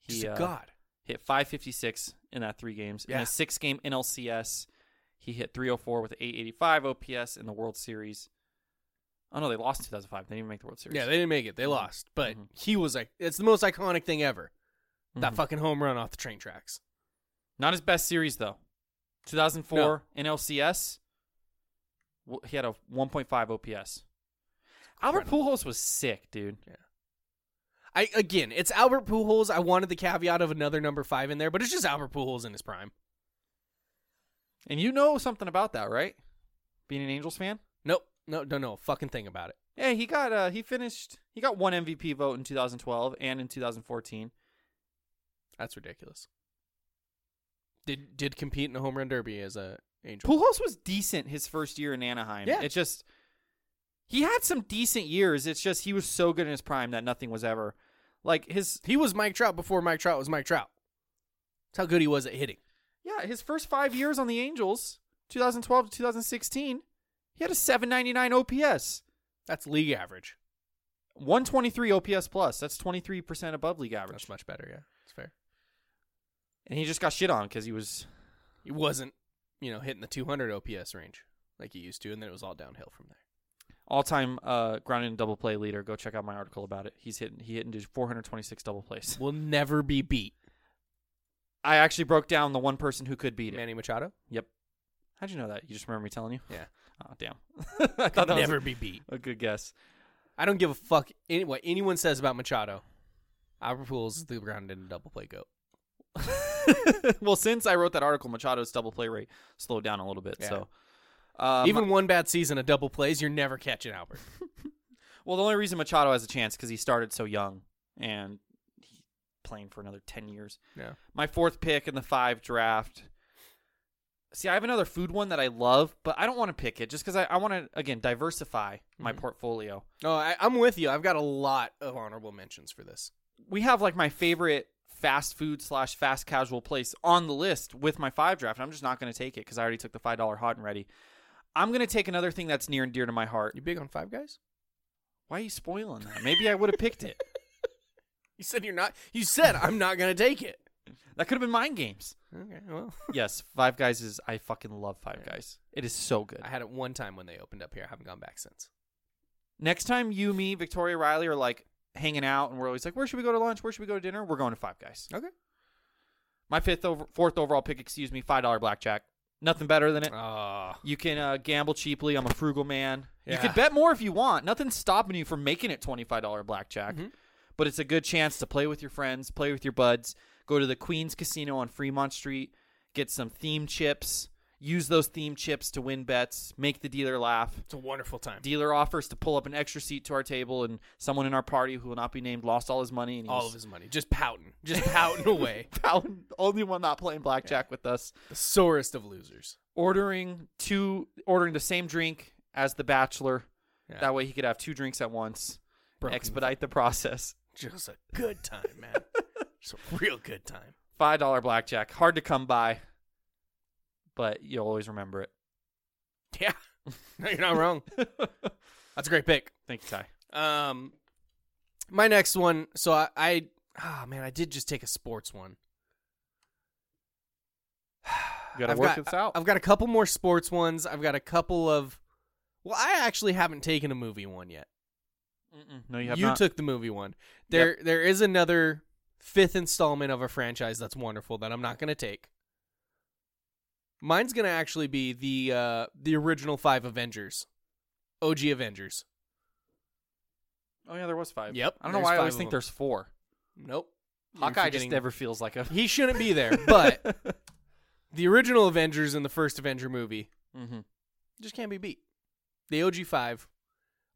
[SPEAKER 3] He
[SPEAKER 4] he's a
[SPEAKER 3] uh,
[SPEAKER 4] god.
[SPEAKER 3] hit 556 in that three games. In
[SPEAKER 4] Yeah.
[SPEAKER 3] a six game NLCS, he hit 304 with 885 OPS in the World Series. Oh no, they lost in 2005. They didn't even make the World Series.
[SPEAKER 4] Yeah, they didn't make it. They lost, but
[SPEAKER 3] Mhm.
[SPEAKER 4] he was like, it's the most iconic thing ever. That
[SPEAKER 3] Mhm.
[SPEAKER 4] fucking home run off the train tracks.
[SPEAKER 3] Not his best series though. 2004 NLCS. w- He had a 1.5 OPS. Albert Pujols was sick, dude.
[SPEAKER 4] I again, it's Albert Pujols. I wanted the caveat of another number five in there, but it's just Albert Pujols in his prime.
[SPEAKER 3] And you know something about that, right? Being an Angels fan.
[SPEAKER 4] Nope, no, don't know a fucking thing about it.
[SPEAKER 3] Yeah, he got uh he finished he got one MVP vote in 2012 and in 2014.
[SPEAKER 4] That's ridiculous. Did did compete in a home run derby as a angel?
[SPEAKER 3] Pujols was decent his first year in Anaheim.
[SPEAKER 4] Yeah.
[SPEAKER 3] It just he had some decent years. It's just he was so good in his prime that nothing was ever like his
[SPEAKER 4] He was Mike Trout before Mike Trout was Mike Trout. That's how good he was at hitting.
[SPEAKER 3] Yeah, his first five years on the Angels, 2012 to 2016, he had a 799 OPS,
[SPEAKER 4] That's league average.
[SPEAKER 3] 123 OPS plus. That's 23% above league average.
[SPEAKER 4] That's much better. Yeah, it's fair.
[SPEAKER 3] And he just got shit on because he was.
[SPEAKER 4] He wasn't, you know, hitting the 200 OPS range like he used to, and then it was all downhill from there.
[SPEAKER 3] All-time uh, grounded and double play leader. Go check out my article about it. He's hitting. He hit into 426 double plays.
[SPEAKER 4] Will never be beat.
[SPEAKER 3] I actually broke down the one person who could beat it.
[SPEAKER 4] Manny Machado.
[SPEAKER 3] Yep. How'd you know that? You just remember me telling you?
[SPEAKER 4] Yeah.
[SPEAKER 3] Oh damn. I thought that
[SPEAKER 4] never
[SPEAKER 3] was
[SPEAKER 4] be beat.
[SPEAKER 3] a, a good guess.
[SPEAKER 4] I don't give a fuck any, what anyone says about Machado. Albert Pujols is the grounded and double play goat.
[SPEAKER 3] well, since I wrote that article, Machado's double play rate slowed down a little bit.
[SPEAKER 4] Yeah.
[SPEAKER 3] So. Um,
[SPEAKER 4] Even one bad season of double plays, you're never catching Albert.
[SPEAKER 3] Well, the only reason Machado has a chance because he started so young and he's playing for another 10 years.
[SPEAKER 4] Yeah.
[SPEAKER 3] My fourth pick in the five draft. See, I have another food one that I love, but I don't want to pick it just because I, I want to, again, diversify my portfolio.
[SPEAKER 4] No, I, I'm with you. I've got a lot of honorable mentions for this.
[SPEAKER 3] we have like my favorite fast food slash fast casual place on the list with my five draft. and I'm just not going to take it because I already took the five dollar hot and ready. I'm going to take another thing that's near and dear to my heart.
[SPEAKER 4] You big on Five Guys?
[SPEAKER 3] Why are you spoiling that? Maybe I would have picked it.
[SPEAKER 4] You said you're not. You said I'm not gonna take it.
[SPEAKER 3] That could have been mind games.
[SPEAKER 4] Okay, well,
[SPEAKER 3] Yes, Five Guys is. I fucking love Five Guys. It is so good.
[SPEAKER 4] I had it one time when they opened up here. I haven't gone back since.
[SPEAKER 3] Next time you, me, Victoria, Riley are like hanging out, and we're always like, "Where should we go to lunch? Where should we go to dinner?" We're going to Five Guys.
[SPEAKER 4] Okay.
[SPEAKER 3] My fifth, over, fourth overall pick. Excuse me, five dollar blackjack. Nothing better than it.
[SPEAKER 4] Ah,
[SPEAKER 3] You can uh, gamble cheaply. I'm a frugal man. You
[SPEAKER 4] Yeah.
[SPEAKER 3] could bet more if you want. Nothing's stopping you from making it $25 blackjack.
[SPEAKER 4] Mm-hmm.
[SPEAKER 3] But it's a good chance to play with your friends, play with your buds, go to the Queens Casino on Fremont Street, get some theme chips, use those theme chips to win bets, make the dealer laugh.
[SPEAKER 4] it's a wonderful time.
[SPEAKER 3] Dealer offers to pull up an extra seat to our table, and someone in our party who will not be named lost all his money. And he
[SPEAKER 4] All
[SPEAKER 3] was
[SPEAKER 4] of his money, just pouting, just pouting away.
[SPEAKER 3] found only one not playing blackjack with us.
[SPEAKER 4] The sorest of losers.
[SPEAKER 3] ordering two ordering the same drink as the bachelor
[SPEAKER 4] Yeah.
[SPEAKER 3] that way he could have two drinks at once
[SPEAKER 4] Broken.
[SPEAKER 3] expedite the process
[SPEAKER 4] Just a good time, man. just a real good time.
[SPEAKER 3] five dollar blackjack hard to come by but you'll always remember it
[SPEAKER 4] Yeah, no, you're not wrong. That's a great pick.
[SPEAKER 3] thank you ty
[SPEAKER 4] Um, my next one. So I, I ah man, I did just take a sports one.
[SPEAKER 3] you gotta
[SPEAKER 4] I've
[SPEAKER 3] work
[SPEAKER 4] got,
[SPEAKER 3] this out
[SPEAKER 4] I've got a couple more sports ones. I've got a couple of. Well, I actually haven't taken a movie one yet.
[SPEAKER 3] Mm-mm. no you have
[SPEAKER 4] you
[SPEAKER 3] not
[SPEAKER 4] took the movie one. There, there is another fifth installment of a franchise that's wonderful that I'm not going to take. Mine's going to actually be the uh, the original five Avengers, OG Avengers.
[SPEAKER 3] oh yeah there was five
[SPEAKER 4] Yep,
[SPEAKER 3] i don't know
[SPEAKER 4] there's
[SPEAKER 3] why i
[SPEAKER 4] five
[SPEAKER 3] always
[SPEAKER 4] of
[SPEAKER 3] think
[SPEAKER 4] them.
[SPEAKER 3] there's four
[SPEAKER 4] Nope, You're
[SPEAKER 3] hawkeye just
[SPEAKER 4] forgetting-
[SPEAKER 3] never feels like a
[SPEAKER 4] He shouldn't be there, but the original Avengers and the first Avenger movie
[SPEAKER 3] Mhm.
[SPEAKER 4] just can't be beat. The OG five,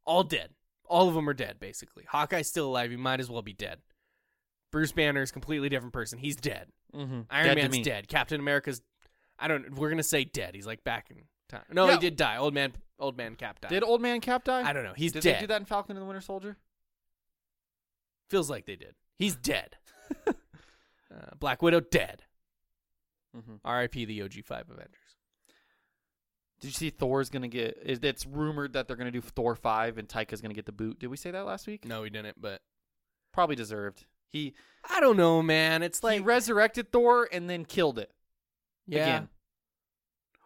[SPEAKER 4] all dead. All of them are dead, basically. Hawkeye's still alive. He might as well be dead. Bruce Banner is a completely different person. He's dead.
[SPEAKER 3] Mhm.
[SPEAKER 4] Iron
[SPEAKER 3] Dead to
[SPEAKER 4] Man's
[SPEAKER 3] me.
[SPEAKER 4] dead. Captain America's, I don't. We're gonna say dead. He's like back in time. No,
[SPEAKER 3] Yeah.
[SPEAKER 4] he did die. Old man, old man Cap died.
[SPEAKER 3] did old man cap die
[SPEAKER 4] I don't know. He's
[SPEAKER 3] did
[SPEAKER 4] dead.
[SPEAKER 3] they do that in falcon and the winter soldier
[SPEAKER 4] Feels like they did. He's dead.
[SPEAKER 3] Mm-hmm.
[SPEAKER 4] uh, Black Widow dead.
[SPEAKER 3] Mhm.
[SPEAKER 4] R.I.P. The OG five Avengers.
[SPEAKER 3] Did you see Thor's gonna get? Is It's rumored that they're gonna do Thor five, and Taika's gonna get the boot. Did we say that last week?
[SPEAKER 4] No, he didn't. But
[SPEAKER 3] Probably deserved. He
[SPEAKER 4] I don't know, man. It's like
[SPEAKER 3] he resurrected Thor and then killed it
[SPEAKER 4] yeah.
[SPEAKER 3] again.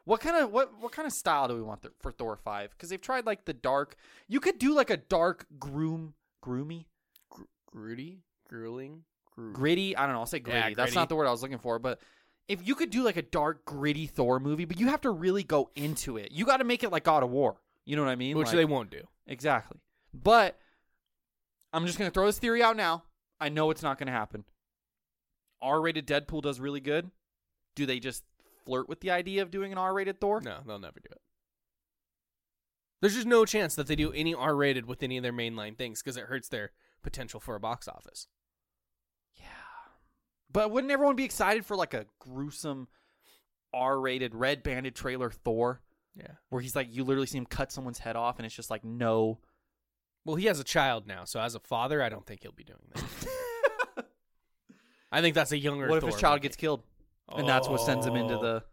[SPEAKER 3] What kind of what what kind of style do we want th- for Thor five? Because they've tried like the dark. You could do like a dark groom groomy
[SPEAKER 4] Grudy, grueling, Gru-
[SPEAKER 3] gritty. I don't know. I'll say gritty.
[SPEAKER 4] Yeah,
[SPEAKER 3] That's
[SPEAKER 4] gritty.
[SPEAKER 3] not the word I was looking for, but. If you could do like a dark, gritty Thor movie, but you have to really go into it. You got to make it like God of War. You know what I mean?
[SPEAKER 4] which
[SPEAKER 3] Like-
[SPEAKER 4] they won't do.
[SPEAKER 3] Exactly. But I'm just going to throw this theory out now. I know it's not going to happen. R rated Deadpool does really good. Do they just flirt with the idea of doing an R rated Thor?
[SPEAKER 4] No, they'll never do it. There's just no chance that they do any R-rated with any of their mainline things because it hurts their potential for a box office.
[SPEAKER 3] But wouldn't everyone be excited for like a gruesome R rated red banded trailer Thor
[SPEAKER 4] Yeah.
[SPEAKER 3] where he's like, you literally see him cut someone's head off and it's just like, no.
[SPEAKER 4] Well, he has a child now, so as a father, I don't think he'll be doing that. I think that's a younger.
[SPEAKER 3] what if his
[SPEAKER 4] Thor
[SPEAKER 3] child
[SPEAKER 4] movie.
[SPEAKER 3] gets killed? And that's what sends him into
[SPEAKER 4] Oh.
[SPEAKER 3] the.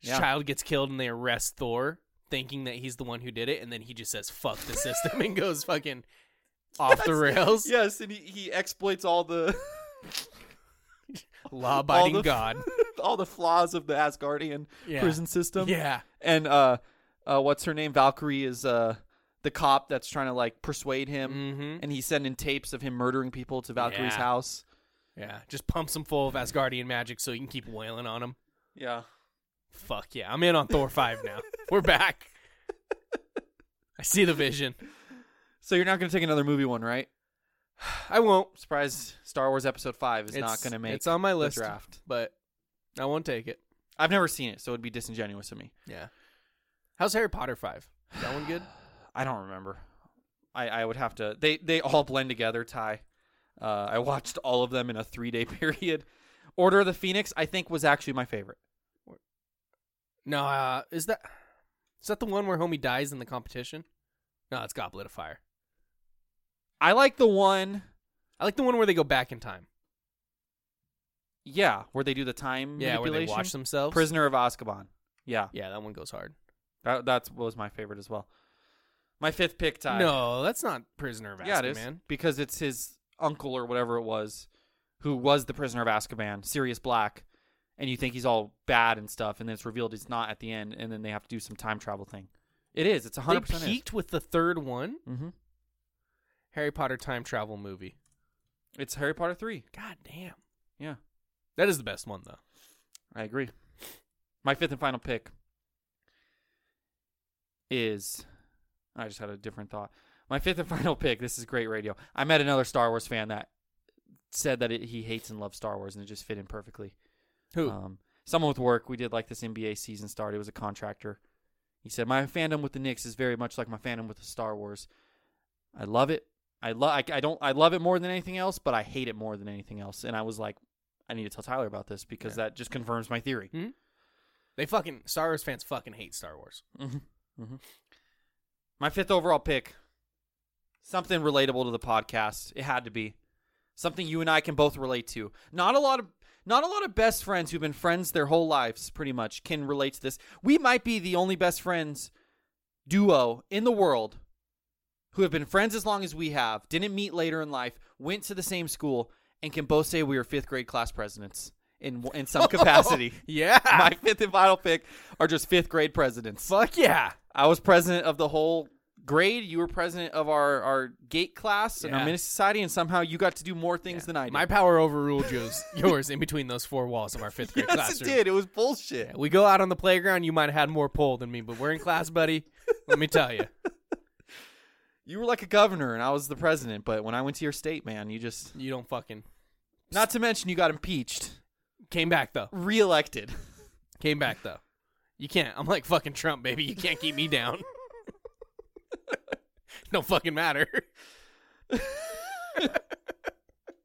[SPEAKER 4] His
[SPEAKER 3] Yeah.
[SPEAKER 4] child gets killed and they arrest Thor, thinking that he's the one who did it, and then he just says "fuck the system" and goes fucking off the rails.
[SPEAKER 3] Yes, and he, he exploits all the.
[SPEAKER 4] Law-abiding
[SPEAKER 3] all the-
[SPEAKER 4] god.
[SPEAKER 3] all the flaws of the Asgardian
[SPEAKER 4] Yeah.
[SPEAKER 3] prison system.
[SPEAKER 4] Yeah.
[SPEAKER 3] And uh, uh, what's her name? Valkyrie is uh the cop that's trying to like persuade him,
[SPEAKER 4] Mhm.
[SPEAKER 3] and he's sending tapes of him murdering people to Valkyrie's
[SPEAKER 4] Yeah.
[SPEAKER 3] house.
[SPEAKER 4] Yeah, just pumps him full of Asgardian magic so you can keep wailing on him.
[SPEAKER 3] Yeah.
[SPEAKER 4] Fuck yeah, I'm in on Thor 5 now. We're back. I see the vision.
[SPEAKER 3] So you're not gonna take another movie one, right?
[SPEAKER 4] I won't.
[SPEAKER 3] Surprise! Star Wars Episode Five is not gonna make
[SPEAKER 4] It's on my
[SPEAKER 3] the
[SPEAKER 4] list,
[SPEAKER 3] draft.
[SPEAKER 4] but I won't take it.
[SPEAKER 3] I've never seen it, so it'd be disingenuous of me.
[SPEAKER 4] Yeah. How's Harry Potter 5? Is that one good?
[SPEAKER 3] I don't remember. I, I would have to. They they all blend together. Ty. Uh, I watched all of them in a three day period. Order of the Phoenix, I think, was actually my favorite.
[SPEAKER 4] No, uh, is that is that the one where homie dies in the competition? No, it's Goblet of Fire.
[SPEAKER 3] I like the one,
[SPEAKER 4] I like the one where they go back in time.
[SPEAKER 3] yeah, where they do the time
[SPEAKER 4] Yeah, where they
[SPEAKER 3] manipulation.
[SPEAKER 4] watch themselves.
[SPEAKER 3] Prisoner of Azkaban. Yeah,
[SPEAKER 4] Yeah, that one goes hard.
[SPEAKER 3] that that was my favorite as well. My fifth pick tie.
[SPEAKER 4] No, that's not Prisoner of Azkaban.
[SPEAKER 3] yeah, it is
[SPEAKER 4] man.
[SPEAKER 3] because it's his uncle or whatever it was, who was the prisoner of Azkaban, Sirius Black, and you think he's all bad and stuff, and then it's revealed he's not at the end, and then they have to do some time travel thing. It is. It's
[SPEAKER 4] They
[SPEAKER 3] hundred percent.
[SPEAKER 4] peaked with the third one,
[SPEAKER 3] Mm-hmm.
[SPEAKER 4] Harry Potter time travel movie.
[SPEAKER 3] It's Harry Potter three.
[SPEAKER 4] God damn,
[SPEAKER 3] Yeah,
[SPEAKER 4] that is the best one though.
[SPEAKER 3] I agree. My fifth and final pick is. I just had a different thought. My fifth and final pick. This is great radio. I met another Star Wars fan that said that it, he hates and loves Star Wars, and it just fit in perfectly.
[SPEAKER 4] Who?
[SPEAKER 3] Um, someone with work. We did like this NBA season start. It was a contractor. He said, "My fandom with the Knicks is very much like my fandom with the Star Wars. I love it. I love. I, I don't. I love it more than anything else, but I hate it more than anything else." And I was like, "I need to tell Tyler about this because that just confirms my theory."
[SPEAKER 4] they fucking Star Wars fans fucking hate Star Wars.
[SPEAKER 3] My fifth overall pick, something relatable to the podcast. It had to be something you and I can both relate to. Not a lot of not a lot of best friends who've been friends their whole lives, pretty much, can relate to this. We might be the only best friends duo in the world who have been friends as long as we have, didn't meet later in life, went to the same school, and can both say we were fifth grade class presidents in in some capacity.
[SPEAKER 4] Yeah,
[SPEAKER 3] My fifth and final pick are just fifth grade presidents.
[SPEAKER 4] fuck yeah.
[SPEAKER 3] I was president of the whole grade. You were president of our, our gate class and our
[SPEAKER 4] Yeah.
[SPEAKER 3] mini society, and somehow you got to do more things than I did.
[SPEAKER 4] My power overruled yours, yours in between those four walls of our fifth grade
[SPEAKER 3] yes,
[SPEAKER 4] classroom.
[SPEAKER 3] it did. It was bullshit.
[SPEAKER 4] We go out on the playground. You might have had more pull than me, but we're in class, buddy. Let me tell you,
[SPEAKER 3] You were like a governor, and I was the president. But when I went to your state, man, you just
[SPEAKER 4] you don't fucking
[SPEAKER 3] not to mention you got impeached,
[SPEAKER 4] came back though.
[SPEAKER 3] reelected.
[SPEAKER 4] Came back though. You can't. I'm like fucking Trump, baby. You can't keep me down. no fucking matter.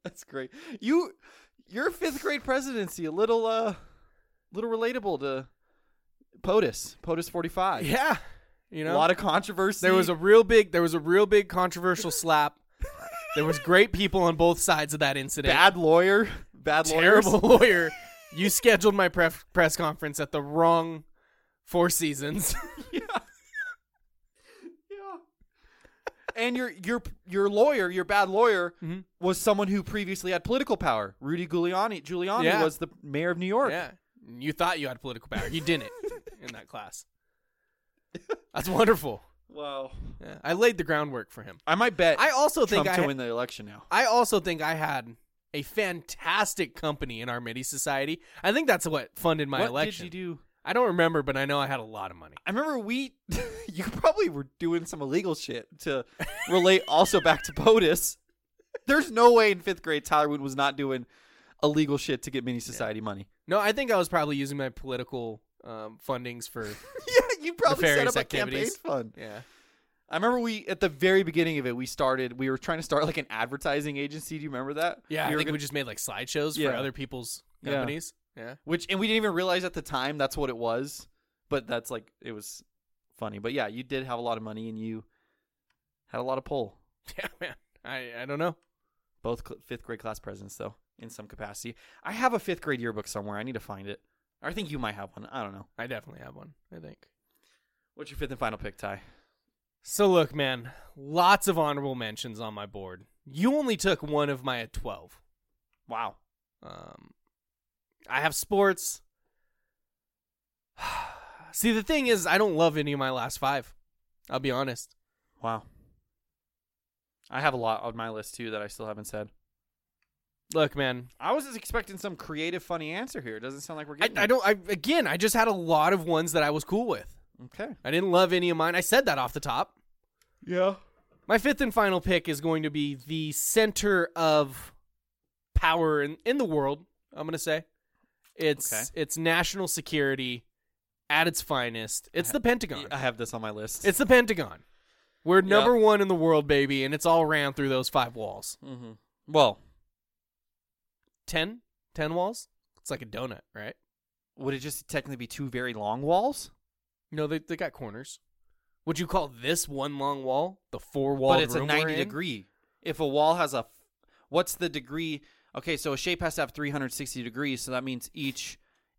[SPEAKER 3] That's great. You your fifth grade presidency a little uh little relatable to POTUS POTUS forty five.
[SPEAKER 4] Yeah, you know.
[SPEAKER 3] a lot of controversy.
[SPEAKER 4] there was a real big. There was a real big controversial slap. There was great people on both sides of that incident.
[SPEAKER 3] bad lawyer, bad lawyers.
[SPEAKER 4] terrible lawyer. You scheduled my pref- press conference at the wrong Four Seasons.
[SPEAKER 3] and your your your lawyer, your bad lawyer, was someone who previously had political power. Rudy Giuliani, Giuliani
[SPEAKER 4] Yeah.
[SPEAKER 3] was the mayor of New York.
[SPEAKER 4] yeah, you thought you had political power. You didn't in that class. That's wonderful.
[SPEAKER 3] Wow.
[SPEAKER 4] Yeah. I laid the groundwork for him.
[SPEAKER 3] I might bet.
[SPEAKER 4] I also
[SPEAKER 3] Trump
[SPEAKER 4] think I
[SPEAKER 3] to
[SPEAKER 4] ha-
[SPEAKER 3] win the election now.
[SPEAKER 4] I also think I had a fantastic company in our MIDI society. I think that's what funded my
[SPEAKER 3] what
[SPEAKER 4] election.
[SPEAKER 3] did you do?
[SPEAKER 4] I don't remember, but I know I had a lot of money.
[SPEAKER 3] I remember we, you probably were doing some illegal shit to relate also back to POTUS. There's no way in fifth grade Tyler Wood was not doing illegal shit to get mini society money.
[SPEAKER 4] No, I think I was probably using my political um, fundings for
[SPEAKER 3] Yeah, you probably set
[SPEAKER 4] Nefarious
[SPEAKER 3] up a
[SPEAKER 4] activities.
[SPEAKER 3] campaign fund.
[SPEAKER 4] yeah.
[SPEAKER 3] I remember we at the very beginning of it, we started. We were trying to start like an advertising agency. Do you remember that?
[SPEAKER 4] Yeah,
[SPEAKER 3] we
[SPEAKER 4] I
[SPEAKER 3] were
[SPEAKER 4] think
[SPEAKER 3] gonna-
[SPEAKER 4] we just made like slideshows for
[SPEAKER 3] Yeah.
[SPEAKER 4] other people's
[SPEAKER 3] Yeah.
[SPEAKER 4] companies. Yeah.
[SPEAKER 3] which and we didn't even realize at the time that's what it was. But that's like it was funny. But yeah, you did have a lot of money and you had a lot of pull.
[SPEAKER 4] Yeah, man. I, I don't know.
[SPEAKER 3] Both cl- fifth grade class presidents, though, in some capacity. I have a fifth grade yearbook somewhere. I need to find it. Or I think you might have one. I don't know.
[SPEAKER 4] I definitely have one, I think.
[SPEAKER 3] What's your fifth and final pick, Ty?
[SPEAKER 4] So look, man, lots of honorable mentions on my board. You only took one of my 12.
[SPEAKER 3] Wow.
[SPEAKER 4] Um, I have sports. See, the thing is, I don't love any of my last five. I'll be honest.
[SPEAKER 3] Wow. I have a lot on my list too that I still haven't said.
[SPEAKER 4] Look, man,
[SPEAKER 3] I was just expecting some creative, funny answer here. It doesn't sound like we're
[SPEAKER 4] I,
[SPEAKER 3] getting.
[SPEAKER 4] I don't. I again, I just had a lot of ones that I was cool with.
[SPEAKER 3] Okay.
[SPEAKER 4] I didn't love any of mine. I said that off the top.
[SPEAKER 3] Yeah.
[SPEAKER 4] My fifth and final pick is going to be the center of power in, in the world. I'm going to say it's
[SPEAKER 3] Okay.
[SPEAKER 4] it's national security at its finest. It's the Pentagon.
[SPEAKER 3] I have this on my list.
[SPEAKER 4] It's the Pentagon. We're number one in the world, baby, and it's all ran through those five walls.
[SPEAKER 3] mm-hmm. Well,
[SPEAKER 4] 10? 10 walls? It's like a donut, right?
[SPEAKER 3] would it just technically be two very long walls?
[SPEAKER 4] No, they, they got corners. Would you call this one long wall the four wall?
[SPEAKER 3] but it's a 90 degree. If a wall has a, what's the degree? Okay, so a shape has to have 360 degrees. So that means each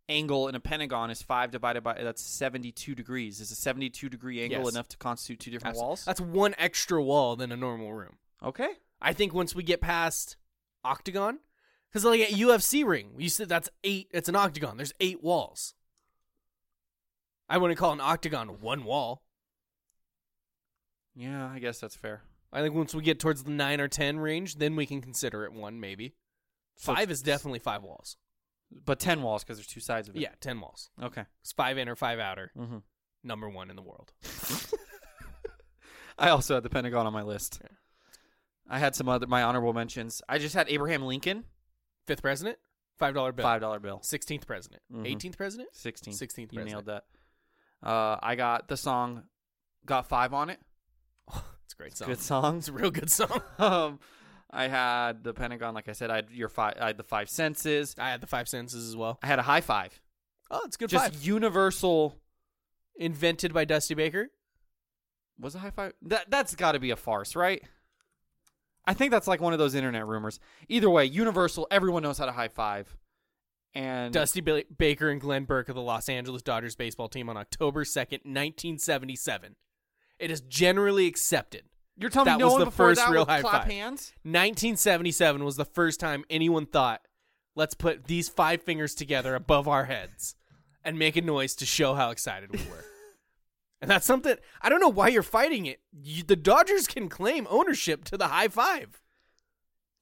[SPEAKER 3] angle in a pentagon is five divided by that's 72 degrees. Is a 72 degree angle
[SPEAKER 4] Yes.
[SPEAKER 3] enough to constitute two different walls?
[SPEAKER 4] That's one extra wall than a normal room.
[SPEAKER 3] okay.
[SPEAKER 4] I think once we get past octagon, because like at UFC ring, you said that's eight. It's an octagon. There's eight walls. I wouldn't call an octagon one wall.
[SPEAKER 3] Yeah, I guess that's fair.
[SPEAKER 4] I think once we get towards the nine or ten range, then we can consider it one maybe.
[SPEAKER 3] So
[SPEAKER 4] five
[SPEAKER 3] it's-
[SPEAKER 4] is definitely five walls.
[SPEAKER 3] But 10 walls because there's two sides of it.
[SPEAKER 4] Yeah, ten walls.
[SPEAKER 3] Okay.
[SPEAKER 4] It's five in or five outer.
[SPEAKER 3] Mm-hmm.
[SPEAKER 4] Number one in the world.
[SPEAKER 3] I also had the Pentagon on my list. I had some other my honorable mentions. I just had Abraham Lincoln,
[SPEAKER 4] Fifth president, five dollar bill.
[SPEAKER 3] five dollar bill,
[SPEAKER 4] 16th president,
[SPEAKER 3] Mhm.
[SPEAKER 4] 18th president,
[SPEAKER 3] sixteen.
[SPEAKER 4] 16th
[SPEAKER 3] You
[SPEAKER 4] president.
[SPEAKER 3] nailed that. Uh, I got the song, got five on it.
[SPEAKER 4] It's a great song.
[SPEAKER 3] Good songs.
[SPEAKER 4] It's a real good song.
[SPEAKER 3] um, I had the Pentagon. Like I said, I had your five. I had the five senses.
[SPEAKER 4] I had the five senses as well.
[SPEAKER 3] I had a high five.
[SPEAKER 4] Oh, it's good
[SPEAKER 3] just
[SPEAKER 4] five.
[SPEAKER 3] universal.
[SPEAKER 4] Invented by Dusty Baker.
[SPEAKER 3] Was a high five? That that's got to be a farce, right? I think that's like one of those internet rumors. Either way, universal. Everyone knows how to high five. And
[SPEAKER 4] Dusty ba- Baker and Glenn Burke of the Los Angeles Dodgers baseball team on October 2nd, 1977. It is generally accepted.
[SPEAKER 3] you're telling
[SPEAKER 4] that
[SPEAKER 3] me no
[SPEAKER 4] was
[SPEAKER 3] one
[SPEAKER 4] the
[SPEAKER 3] before
[SPEAKER 4] first
[SPEAKER 3] that
[SPEAKER 4] real
[SPEAKER 3] would
[SPEAKER 4] high
[SPEAKER 3] clap
[SPEAKER 4] five.
[SPEAKER 3] hands?
[SPEAKER 4] 1977 was the first time anyone thought, let's put these five fingers together above our heads and make a noise to show how excited we were. and that's something, I don't know why you're fighting it. You, the Dodgers can claim ownership to the high five.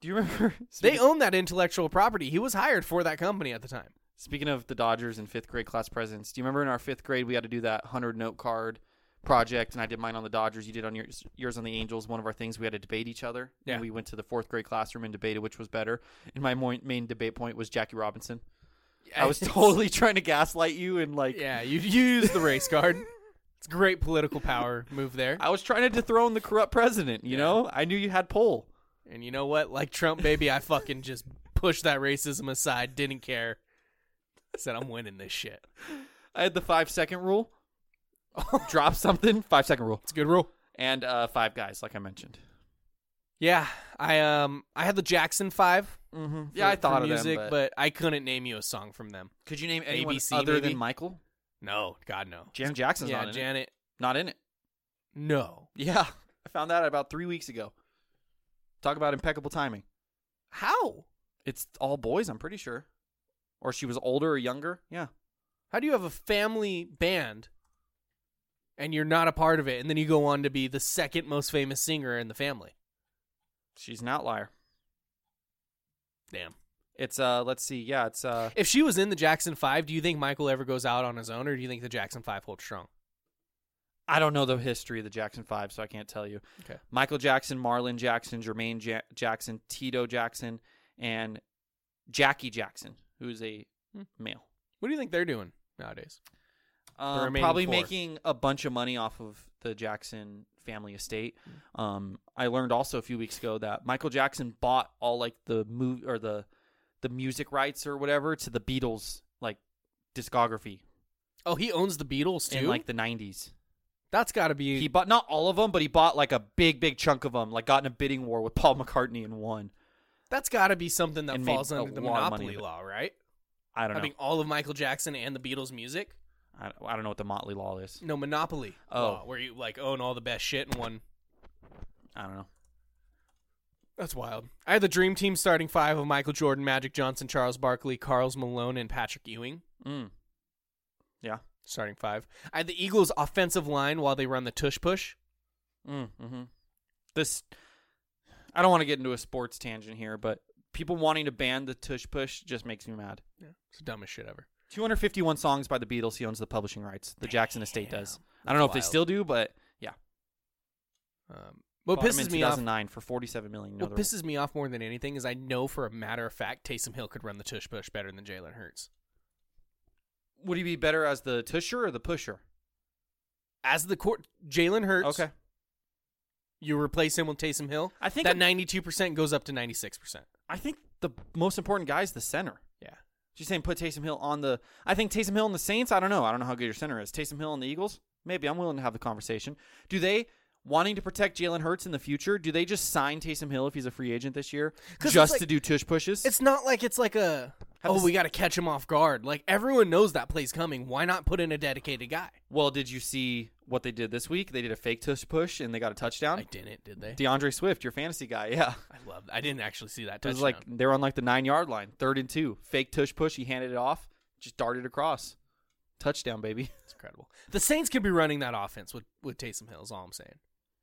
[SPEAKER 3] Do you remember?
[SPEAKER 4] They own that intellectual property. He was hired for that company at the time.
[SPEAKER 3] Speaking of the Dodgers and fifth grade class presidents, do you remember in our fifth grade we had to do that hundred note card project, and I did mine on the Dodgers, you did on yours, yours on the Angels. One of our things we had to debate each other.
[SPEAKER 4] Yeah.
[SPEAKER 3] And we went to the fourth grade classroom and debated which was better. And my mo- main debate point was Jackie Robinson. I was totally trying to gaslight you and like
[SPEAKER 4] Yeah, you you use the race card. It's great political power move there.
[SPEAKER 3] I was trying to dethrone the corrupt president. You know, I knew you had pull.
[SPEAKER 4] And you know what? Like Trump, baby, I fucking just pushed that racism aside, didn't care. Said I'm winning this shit.
[SPEAKER 3] I had the five second rule. Drop something, five second rule,
[SPEAKER 4] It's a good rule.
[SPEAKER 3] and uh, five guys, like I mentioned.
[SPEAKER 4] Yeah, I um I had the Jackson 5
[SPEAKER 3] Mm-hmm.
[SPEAKER 4] for-
[SPEAKER 3] Yeah, I thought
[SPEAKER 4] for
[SPEAKER 3] of
[SPEAKER 4] music,
[SPEAKER 3] them,
[SPEAKER 4] but I couldn't name you a song from them.
[SPEAKER 3] Could you name anyone
[SPEAKER 4] ABC
[SPEAKER 3] other
[SPEAKER 4] maybe?
[SPEAKER 3] than Michael?
[SPEAKER 4] No, God no.
[SPEAKER 3] Jam Jackson's
[SPEAKER 4] yeah,
[SPEAKER 3] not in it.
[SPEAKER 4] Janet.
[SPEAKER 3] Not in it.
[SPEAKER 4] No.
[SPEAKER 3] Yeah, I found that about three weeks ago. Talk about impeccable timing.
[SPEAKER 4] How?
[SPEAKER 3] It's all boys, I'm pretty sure. Or she was older or younger. Yeah.
[SPEAKER 4] How do you have a family band and you're not a part of it and then you go on to be the second most famous singer in the family?
[SPEAKER 3] She's an outlier.
[SPEAKER 4] Damn.
[SPEAKER 3] It's uh let's see, yeah, it's uh
[SPEAKER 4] If she was in the Jackson Five, do you think Michael ever goes out on his own, or do you think the Jackson Five holds strong?
[SPEAKER 3] I don't know the history of the Jackson Five, so I can't tell you.
[SPEAKER 4] Okay.
[SPEAKER 3] Michael Jackson, Marlon Jackson, Jermaine ja- Jackson, Tito Jackson, and Jackie Jackson, who's a male.
[SPEAKER 4] What do you think they're doing nowadays?
[SPEAKER 3] Um,
[SPEAKER 4] remaining
[SPEAKER 3] probably
[SPEAKER 4] four.
[SPEAKER 3] making a bunch of money off of the Jackson family estate. Um, I learned also a few weeks ago that Michael Jackson bought all like the move or the the music rights or whatever to the Beatles like discography
[SPEAKER 4] Oh, he owns the Beatles too.
[SPEAKER 3] in like the nineties.
[SPEAKER 4] that's got to be.
[SPEAKER 3] He bought not all of them, but he bought like a big big chunk of them. Like got in a bidding war with Paul McCartney and won.
[SPEAKER 4] that's got to be something that
[SPEAKER 3] and made
[SPEAKER 4] falls
[SPEAKER 3] a
[SPEAKER 4] under the
[SPEAKER 3] lot of money
[SPEAKER 4] monopoly
[SPEAKER 3] with it.
[SPEAKER 4] law, right?
[SPEAKER 3] I don't know.
[SPEAKER 4] Having all of Michael Jackson and the Beatles music.
[SPEAKER 3] I, I don't know what the Motley Law is.
[SPEAKER 4] No monopoly
[SPEAKER 3] Oh.
[SPEAKER 4] law, where you like own all the best shit in one.
[SPEAKER 3] I don't know.
[SPEAKER 4] That's wild. I had the dream team starting five of Michael Jordan, Magic Johnson, Charles Barkley, Carls Malone, and Patrick Ewing.
[SPEAKER 3] Mm. Yeah.
[SPEAKER 4] Starting five. I had the Eagles' offensive line while they run the tush push.
[SPEAKER 3] Mm-hmm. This, I don't want to get into a sports tangent here, but people wanting to ban the tush push just makes me mad.
[SPEAKER 4] It's the dumbest shit ever.
[SPEAKER 3] 251 songs by the Beatles. He owns the publishing rights. The Jackson estate does. I don't know if they
[SPEAKER 4] wild.
[SPEAKER 3] still do, but yeah.
[SPEAKER 4] Um, what
[SPEAKER 3] Bought 'em
[SPEAKER 4] pisses
[SPEAKER 3] in
[SPEAKER 4] me off.
[SPEAKER 3] 2009 for 47 million. No,
[SPEAKER 4] What pisses me off more than anything is I know for a matter of fact Taysom Hill could run the tush push better than Jalen Hurts.
[SPEAKER 3] would he be better as the tusher or the pusher?
[SPEAKER 4] As the court, Jalen Hurts
[SPEAKER 3] Okay.
[SPEAKER 4] You replace him with Taysom Hill.
[SPEAKER 3] I think
[SPEAKER 4] that
[SPEAKER 3] I'm-
[SPEAKER 4] ninety-two percent goes up to ninety-six percent.
[SPEAKER 3] I think the most important guy is the center.
[SPEAKER 4] Yeah.
[SPEAKER 3] She's saying put Taysom Hill on the. I think Taysom Hill and the Saints. I don't know. I don't know how good your center is. Taysom Hill and the Eagles. Maybe I'm willing to have the conversation. Do they wanting to protect Jalen Hurts in the future? Do they just sign Taysom Hill if he's a free agent this year,
[SPEAKER 4] 'Cause
[SPEAKER 3] just
[SPEAKER 4] it's
[SPEAKER 3] to
[SPEAKER 4] like-
[SPEAKER 3] do tush pushes?
[SPEAKER 4] It's not like it's like a
[SPEAKER 3] Have
[SPEAKER 4] oh
[SPEAKER 3] this-
[SPEAKER 4] we got to catch him off guard. Like everyone knows that play's coming. Why not put in a dedicated guy?
[SPEAKER 3] well, did you see what they did this week? They did a fake tush push and they got a touchdown.
[SPEAKER 4] I didn't, did they?
[SPEAKER 3] DeAndre Swift, your fantasy guy, yeah.
[SPEAKER 4] I love. I didn't actually see that.
[SPEAKER 3] It
[SPEAKER 4] Touchdown.
[SPEAKER 3] was like they were on like the nine yard line, third and two. Fake tush push. He handed it off, just darted across, touchdown, baby.
[SPEAKER 4] It's incredible. The Saints could be running that offense with with Taysom Hill. Is all I'm saying.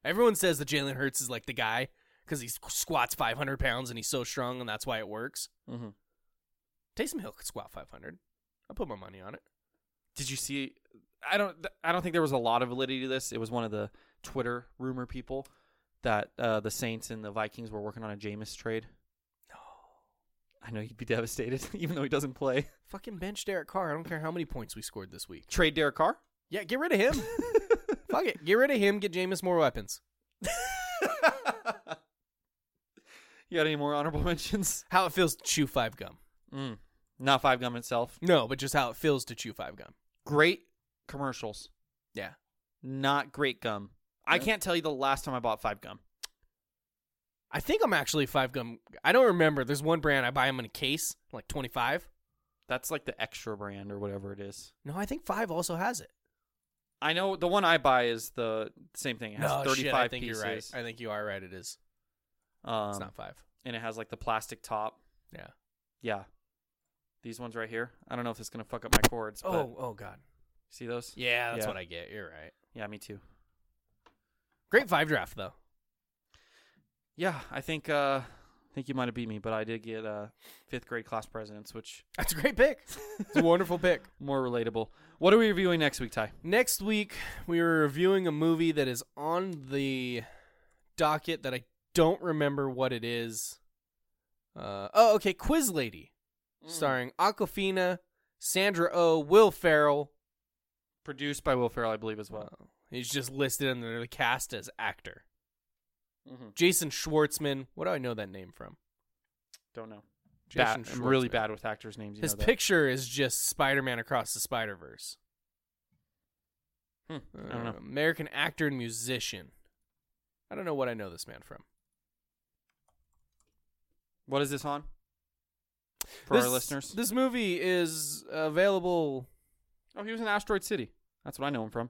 [SPEAKER 4] Everyone says that Jalen Hurts is like the guy because he squats 500 pounds and he's so strong and that's why it works.
[SPEAKER 3] Mhm.
[SPEAKER 4] Taysom Hill could squat 500. I put my money on it.
[SPEAKER 3] Did you see? I don't. th- I don't think there was a lot of validity to this. It was one of the Twitter rumor people that uh, the Saints and the Vikings were working on a Jameis trade. No, I know you'd be devastated, even though he doesn't play.
[SPEAKER 4] Fucking bench Derek Carr. I don't care how many points we scored this week.
[SPEAKER 3] Trade Derek Carr.
[SPEAKER 4] Yeah, get rid of him. Fuck it. Get rid of him. Get Jameis more weapons.
[SPEAKER 3] You got any more honorable mentions?
[SPEAKER 4] How it feels to chew five gum.
[SPEAKER 3] Mm. Not Five Gum itself.
[SPEAKER 4] No, but just how it feels to chew five gum.
[SPEAKER 3] Great commercials.
[SPEAKER 4] Yeah.
[SPEAKER 3] Not great gum. I can't tell you the last time I bought Five Gum.
[SPEAKER 4] I think I'm actually five gum. I don't remember. There's one brand I buy them in a case, like 25.
[SPEAKER 3] That's like the extra brand or whatever it is.
[SPEAKER 4] No, I think five also has it.
[SPEAKER 3] I know the one I buy is the same thing. It has 35
[SPEAKER 4] shit, I think
[SPEAKER 3] pieces.
[SPEAKER 4] you're right. I think you are right. It is.
[SPEAKER 3] Um,
[SPEAKER 4] It's not five.
[SPEAKER 3] and it has like the plastic top.
[SPEAKER 4] Yeah.
[SPEAKER 3] Yeah. These ones right here. I don't know if it's going to fuck up my cords. But
[SPEAKER 4] Oh, oh God.
[SPEAKER 3] See those?
[SPEAKER 4] Yeah, that's
[SPEAKER 3] Yeah.
[SPEAKER 4] what I get. You're right.
[SPEAKER 3] Yeah, me too.
[SPEAKER 4] Great five draft though.
[SPEAKER 3] Yeah, I think uh I think you might have beat me, but I did get uh fifth grade class presidents, which
[SPEAKER 4] That's a great pick. it's a wonderful pick.
[SPEAKER 3] more relatable. What are we reviewing next week, Ty?
[SPEAKER 4] Next week we are reviewing a movie that is on the docket that I don't remember what it is. Uh, oh, okay, Quiz Lady,
[SPEAKER 3] Mm.
[SPEAKER 4] starring Aquafina, Sandra O, oh, Will Ferrell.
[SPEAKER 3] Produced by Will Ferrell, I believe, as well.
[SPEAKER 4] Well, he's just listed under the cast as actor.
[SPEAKER 3] Mhm.
[SPEAKER 4] Jason Schwartzman. What do I know that name from?
[SPEAKER 3] Don't know.
[SPEAKER 4] Jason
[SPEAKER 3] Bad- I'm really
[SPEAKER 4] Schwartzman.
[SPEAKER 3] bad with actors' names. You
[SPEAKER 4] His
[SPEAKER 3] know that.
[SPEAKER 4] picture is just Spider Man across the Spider Verse.
[SPEAKER 3] Hmm, I
[SPEAKER 4] Uh,
[SPEAKER 3] don't know.
[SPEAKER 4] American actor and musician. I don't know what I know this man from.
[SPEAKER 3] What is this on? For
[SPEAKER 4] This-
[SPEAKER 3] our listeners.
[SPEAKER 4] this movie is available.
[SPEAKER 3] oh, he was in Asteroid City. That's what I know him from.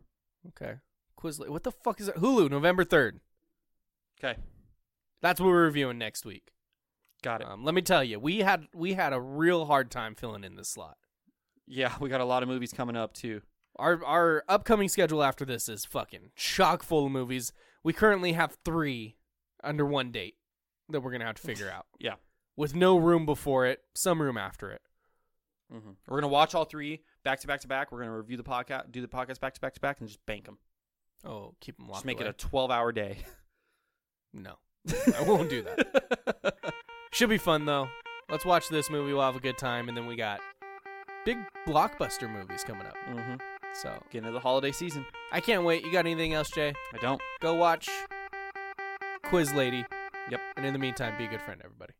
[SPEAKER 4] Okay, Quizlet. What the fuck is that? Hulu, November third.
[SPEAKER 3] Okay.
[SPEAKER 4] That's what we're reviewing next week.
[SPEAKER 3] Got it.
[SPEAKER 4] Um, let me tell you, we had we had a real hard time filling in this slot.
[SPEAKER 3] yeah, we got a lot of movies coming up too.
[SPEAKER 4] Our our upcoming schedule after this is fucking chock full of movies. We currently have three under one date that we're gonna have to figure out.
[SPEAKER 3] Yeah.
[SPEAKER 4] with no room before it, some room after it. Mm-hmm.
[SPEAKER 3] hmm We're gonna watch all three back to back to back. We're gonna review the podcast, do the podcast back to back to back, and just bank them.
[SPEAKER 4] Oh, keep them locked.
[SPEAKER 3] Just make
[SPEAKER 4] away.
[SPEAKER 3] it a twelve-hour day.
[SPEAKER 4] no. I won't do that. Should be fun though. Let's watch this movie. We'll have a good time, and then we got big blockbuster movies coming up.
[SPEAKER 3] mm-hmm.
[SPEAKER 4] So
[SPEAKER 3] Get into the holiday season.
[SPEAKER 4] I can't wait. You got anything else, Jay?
[SPEAKER 3] I don't.
[SPEAKER 4] Go watch Quiz Lady.
[SPEAKER 3] Yep.
[SPEAKER 4] And in the meantime, be a good friend, everybody.